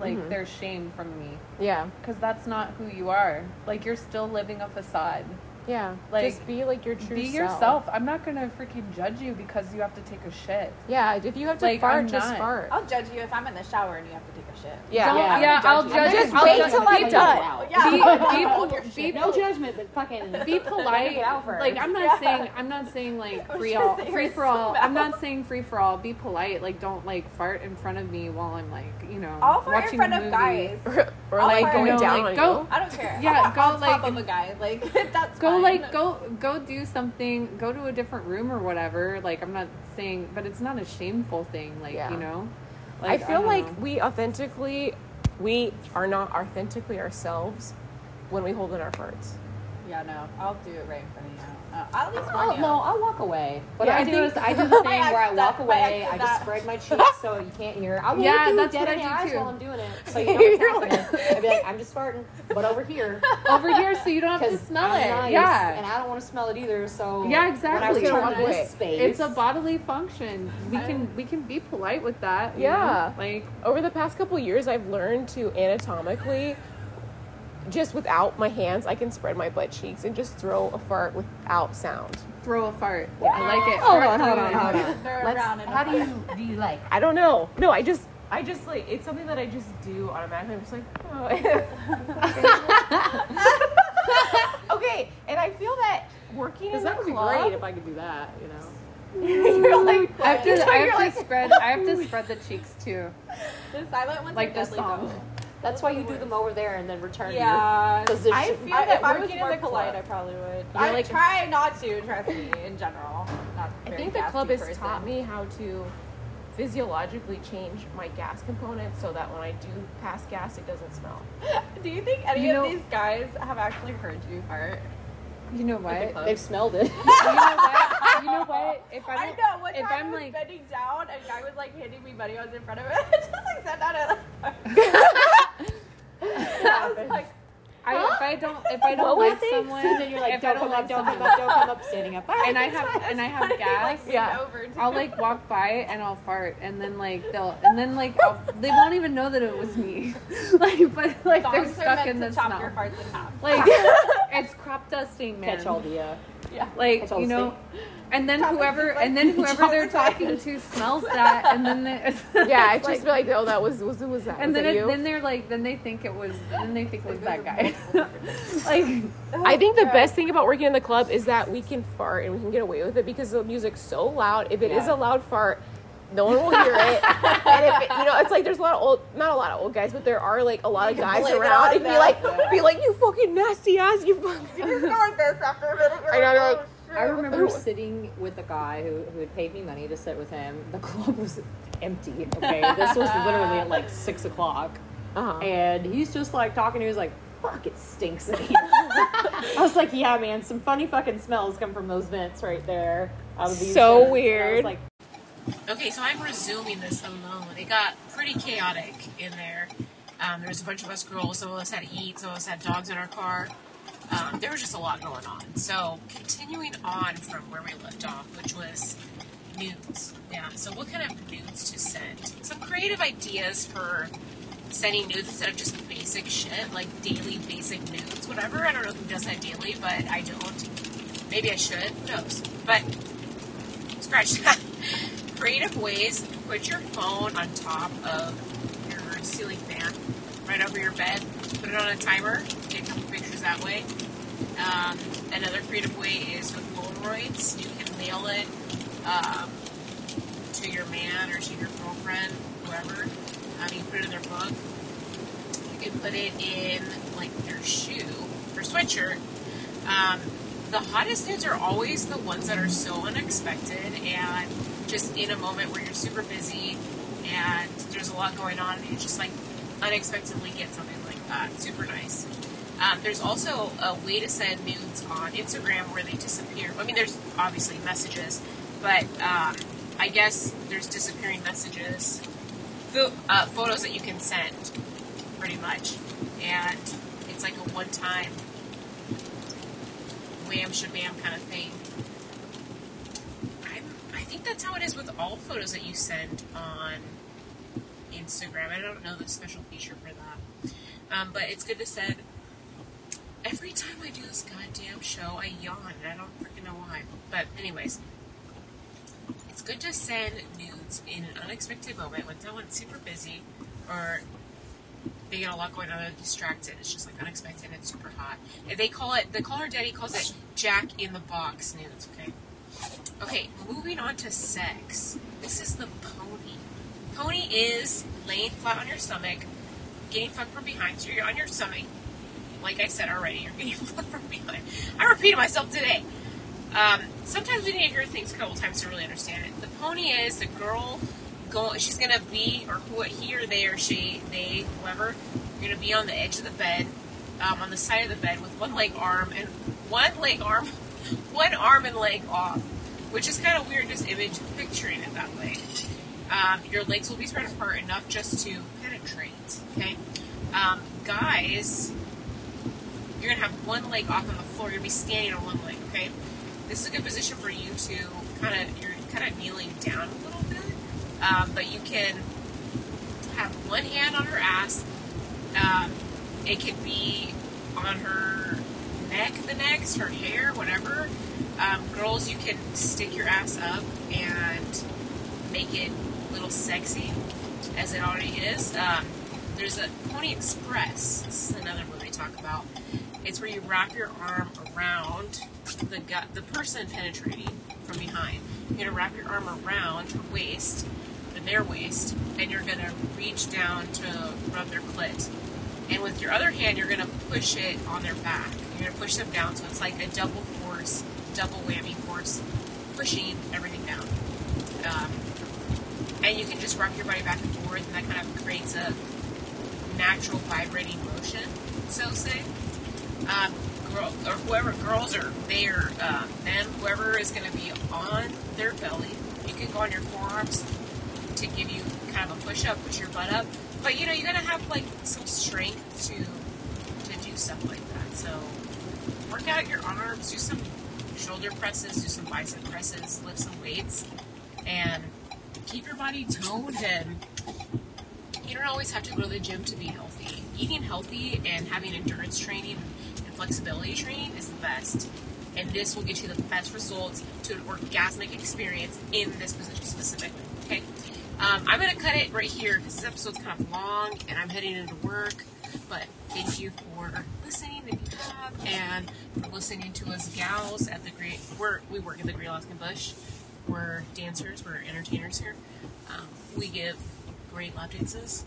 S2: like
S4: Mm-hmm.
S2: their shame from me.
S1: Yeah.
S2: Because that's not who you are. Like, you're still living a facade.
S1: Yeah.
S2: Like,
S1: Just be like your true
S2: Be
S1: self.
S2: yourself. I'm not going to freaking judge you because you have to take a shit.
S1: Yeah. If you have to
S2: Like,
S1: fart,
S2: I'm
S1: just
S2: not.
S1: fart.
S4: I'll judge you if I'm in the shower and you have to take a shit. Oh,
S1: Yeah.
S2: Don't-
S5: Yeah.
S2: yeah,
S1: I'm
S2: I'll
S1: gonna judge
S2: judge
S1: you.
S2: you.
S1: Just wait till I'm
S5: Like,
S1: done.
S5: wow.
S4: Yeah.
S2: Be-
S4: Your
S2: be-
S4: shit.
S2: be-
S5: Oh, No judgment, but fucking
S2: Be polite.
S5: Get out first.
S2: Like I'm not
S4: Yeah.
S2: saying I'm not saying
S4: [laughs]
S2: like
S4: I was
S2: free
S4: gonna
S2: all
S4: say,
S2: free
S4: you're
S2: for all.
S4: so
S2: I'm not
S4: bad.
S2: saying free for all. Be polite. Like don't like fart in front of me while I'm like you know
S4: [laughs] I'll fart in
S2: watching
S4: front
S2: a
S4: of
S2: movie.
S4: guys.
S1: Or, or
S4: I'll
S1: like
S4: fart.
S1: going
S4: No,
S1: down
S2: like,
S1: on
S2: go-
S1: you.
S4: I don't care.
S2: Yeah,
S4: I'm
S2: go,
S4: on
S2: like-
S4: top of a guy. Like [laughs] that's
S2: go
S4: fine.
S2: like go go do something go to a different room or whatever like i'm not saying but it's not a shameful thing like
S1: Yeah.
S2: you know
S1: I feel
S2: don't
S1: like
S2: know.
S1: we authentically, we are not authentically ourselves when we hold in our farts.
S4: Yeah, no, I'll do it right in front of you. Uh, I'll at least
S5: I'll,
S4: warn you.
S5: Oh, no, I'll walk away. What
S1: Yeah,
S5: I,
S1: I
S5: do
S1: think-
S5: is I do the thing
S4: My ex
S5: where I
S4: does-
S5: walk
S4: my
S5: away.
S4: ex
S5: I just
S4: did that.
S5: spread my cheeks so you can't hear. I will
S2: Yeah,
S5: look you
S2: that's
S5: dead
S2: what
S5: in
S2: I
S5: the
S2: do
S5: eyes
S2: too.
S5: while I'm doing it. So you know what's
S1: You're like-
S5: happening. I'd be like, I'm just farting, but over here.
S2: over here so you don't
S5: [laughs]
S2: have to
S5: Because
S2: smell
S5: I'm
S2: it
S5: nice, and
S2: yeah
S5: I don't want to smell it either. So
S2: Yeah, exactly.
S5: When I
S1: It's
S5: return
S1: a
S5: to
S1: bodily-
S5: this space,
S2: it's a bodily function we can we can be polite with that you know?
S1: Yeah.
S2: like
S1: over the past couple years i've learned to anatomically just without my hands i can spread my butt cheeks and just throw a fart without sound
S2: throw a fart i like it
S5: Hold
S2: Fart
S5: on, hold
S2: through
S5: on,
S2: it.
S5: hold on.
S4: They're
S5: Let's-
S4: around and
S5: how do you do you like?
S1: i don't know no i just i just like it's something that i just do automatically i'm just like oh [laughs] okay and i feel that working in the club
S7: I could do that, you know.
S1: you're
S8: [laughs]
S1: like
S2: I have to,
S1: So
S2: I
S1: you're
S2: have to
S1: like-
S2: spread. I have to spread the cheeks too.
S4: the silent ones
S2: Like
S4: are
S2: this
S4: deadly
S2: song.
S4: though.
S5: That's why you do them over there and then return.
S4: Yeah.
S5: Because
S1: I
S5: I
S1: feel
S4: I,
S1: that
S4: if I was
S1: working in
S4: more
S1: the
S4: polite, I
S1: club.
S4: probably would.
S1: You're
S4: I
S1: like-
S4: try not to. Trust me, in general, not. a
S1: I
S4: very
S1: think the
S4: gassy
S1: club has
S4: person.
S1: taught me how to physiologically change my gas component so that when I do pass gas, it doesn't smell.
S4: [laughs] Do you think any
S8: You know-
S4: of these guys have actually heard you fart?
S8: You know what?
S3: They've smelled it.
S8: you know what? You know what? If I
S4: [laughs] I,
S8: don't,
S4: know. One
S8: if I'm,
S4: time I was
S8: like-
S4: bending down, and guy was like handing me money. I was in front of him. [laughs] I just like sat down and like, [laughs] I was like,
S8: I, if I don't, if I don't like someone,
S3: and then you're like,
S8: if I
S3: don't
S8: don't
S3: come
S8: like
S3: up, don't
S8: someone,
S3: come up, don't
S8: [laughs]
S3: come up, standing up.
S8: and I have and I have gas,
S4: [laughs] like
S1: Yeah.
S4: over to
S8: I'll like walk by and I'll fart, and then like they'll, and then like I'll, they won't even know that it was me. [laughs] like, but like they're
S4: Songs are
S8: stuck in the
S4: meant to chop
S8: smell.
S4: your farts in half. [laughs]
S8: Like it's crop dusting, man.
S3: Catch all the. Uh,
S8: like
S3: catch all
S8: you
S3: the
S8: know, and then whoever and
S4: [laughs]
S8: then whoever they're talking to smells that, and then
S3: [laughs]
S8: they, [laughs]
S1: Yeah, I
S8: it's
S1: just
S8: like-
S1: be like, oh, that was was was that?
S8: and
S1: was
S8: then
S1: that
S8: it,
S1: you?
S8: then they're like then they think it was then they think it was
S3: [laughs]
S8: that guy. like
S1: I think the best thing about working in the club is that we can fart and we can get away with it because the music's so loud. If it is
S3: Yeah.
S1: a loud fart, no one will hear it.
S8: [laughs]
S1: and if it, you know, it's like there's a lot of old, not a lot of old guys, but there are like a lot of guys
S4: blame it
S1: around
S4: on
S1: and be
S4: them.
S1: like, be like, you fucking nasty ass, you
S4: You
S1: fucking.
S4: just go like this after a minute. You're
S1: I know,
S4: like,
S1: like,
S4: oh, shit.
S3: I remember
S1: Ooh.
S3: sitting with a guy who, who had paid me money to sit with him. The club was empty. Okay, this was literally at like six o'clock,
S1: Uh-huh.
S3: and he's just like talking. He was like, "Fuck, it stinks in here." [laughs] I was like, "Yeah, man, some funny fucking smells come from those vents right there." Out of these
S1: So
S3: vents." And I was
S1: weird.
S3: like,
S9: Okay, so I'm resuming this alone. It got pretty chaotic in there. Um, there was a bunch of us girls. Some of us had to eat. Some of us had dogs in our car. Um, there was just a lot going on. So continuing on from where we left off, which was nudes. Yeah. So what kind of nudes to send? Some creative ideas for sending nudes instead of just basic shit like daily basic nudes, whatever. I don't know who does that daily, but I don't. Maybe I should. Who knows? But scratch [laughs] that. Creative ways to put your phone on top of your ceiling fan, right over your bed. Put it on a timer. Take a couple pictures that way. Um, another creative way is with Polaroids. You can mail it um, to your man or to your girlfriend, whoever. Um, you can put it in their book. You can put it in like their shoe or sweatshirt. Um, the hottest nudes are always the ones that are so unexpected and just in a moment where you're super busy and there's a lot going on and you just like unexpectedly get something like that. Super nice. Um, there's also a way to send nudes on Instagram where they disappear. I mean, there's obviously messages, but um, I guess there's disappearing messages, pho- uh, photos that you can send, pretty much, and it's like a one-time wham shabam kind of thing. I'm, I think that's how it is with all photos that you send on Instagram. I don't know the special feature for that. Um, but it's good to send. Every time I do this goddamn show, I yawn, and I don't freaking know why. But, anyways, it's good to send nudes in an unexpected moment when someone's super busy or they get a lot going on, they're distracted. It's just like unexpected and super hot. And they call it, the caller daddy calls it Jack in the Box nudes, okay? Okay, moving on to sex. This is the pony. Pony is laying flat on your stomach, getting fucked from behind. So you're on your stomach. Like I said already, you're getting [laughs] fucked from behind. I repeated myself today. Um, sometimes we need to hear things a couple times to really understand it. The pony is the girl. Go, she's gonna be or who he or they or she they whoever you're gonna be on the edge of the bed, um, on the side of the bed with one leg arm and one leg arm, [laughs] one arm and leg off, which is kind of weird. Just image picturing it that way. Um, your legs will be spread apart enough just to penetrate. Okay, um, guys, you're gonna have one leg off on the floor. You're gonna be standing on one leg. Okay, this is a good position for you to kind of you're kind of kneeling down a little bit, um, but you can have one hand on her ass. Um, it could be on her neck the next, her hair, whatever. Um, girls, you can stick your ass up and make it a little sexy as it already is. Um, there's a Pony Express. This is another one they talk about. It's where you wrap your arm around the gut, the person penetrating from behind. You're gonna wrap your arm around her waist, and their waist, and you're gonna reach down to rub their clit. And with your other hand, you're gonna push it on their back. You're gonna push them down, so it's like a double force, double whammy force, pushing everything down. Um, and you can just rock your body back and forth, and that kind of creates a natural vibrating motion, so say. Um, girl or whoever girls are there, uh, men, whoever is going to be on their belly, you can go on your forearms to give you kind of a push up, push your butt up. But you know, you got to have like some strength to to do stuff like that. So work out your arms, do some shoulder presses, do some bicep presses, lift some weights, and keep your body toned and you don't always have to go to the gym to be healthy. Eating healthy and having endurance training and flexibility training is the best. And this will get you the best results to an orgasmic experience in this position specifically. Okay? Um, I'm going to cut it right here because this episode's kind of long and I'm heading into work. But thank you for listening if you have and for listening to us gals at the Great. We're, we work at the Great Alaskan Bush. We're dancers, we're entertainers here. Um, we give great lap dances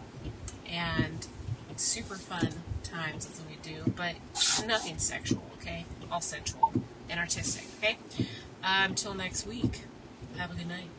S9: and super fun times. That's what we do, but nothing sexual, okay? All sensual and artistic, okay? Um, Until next week, have a good night.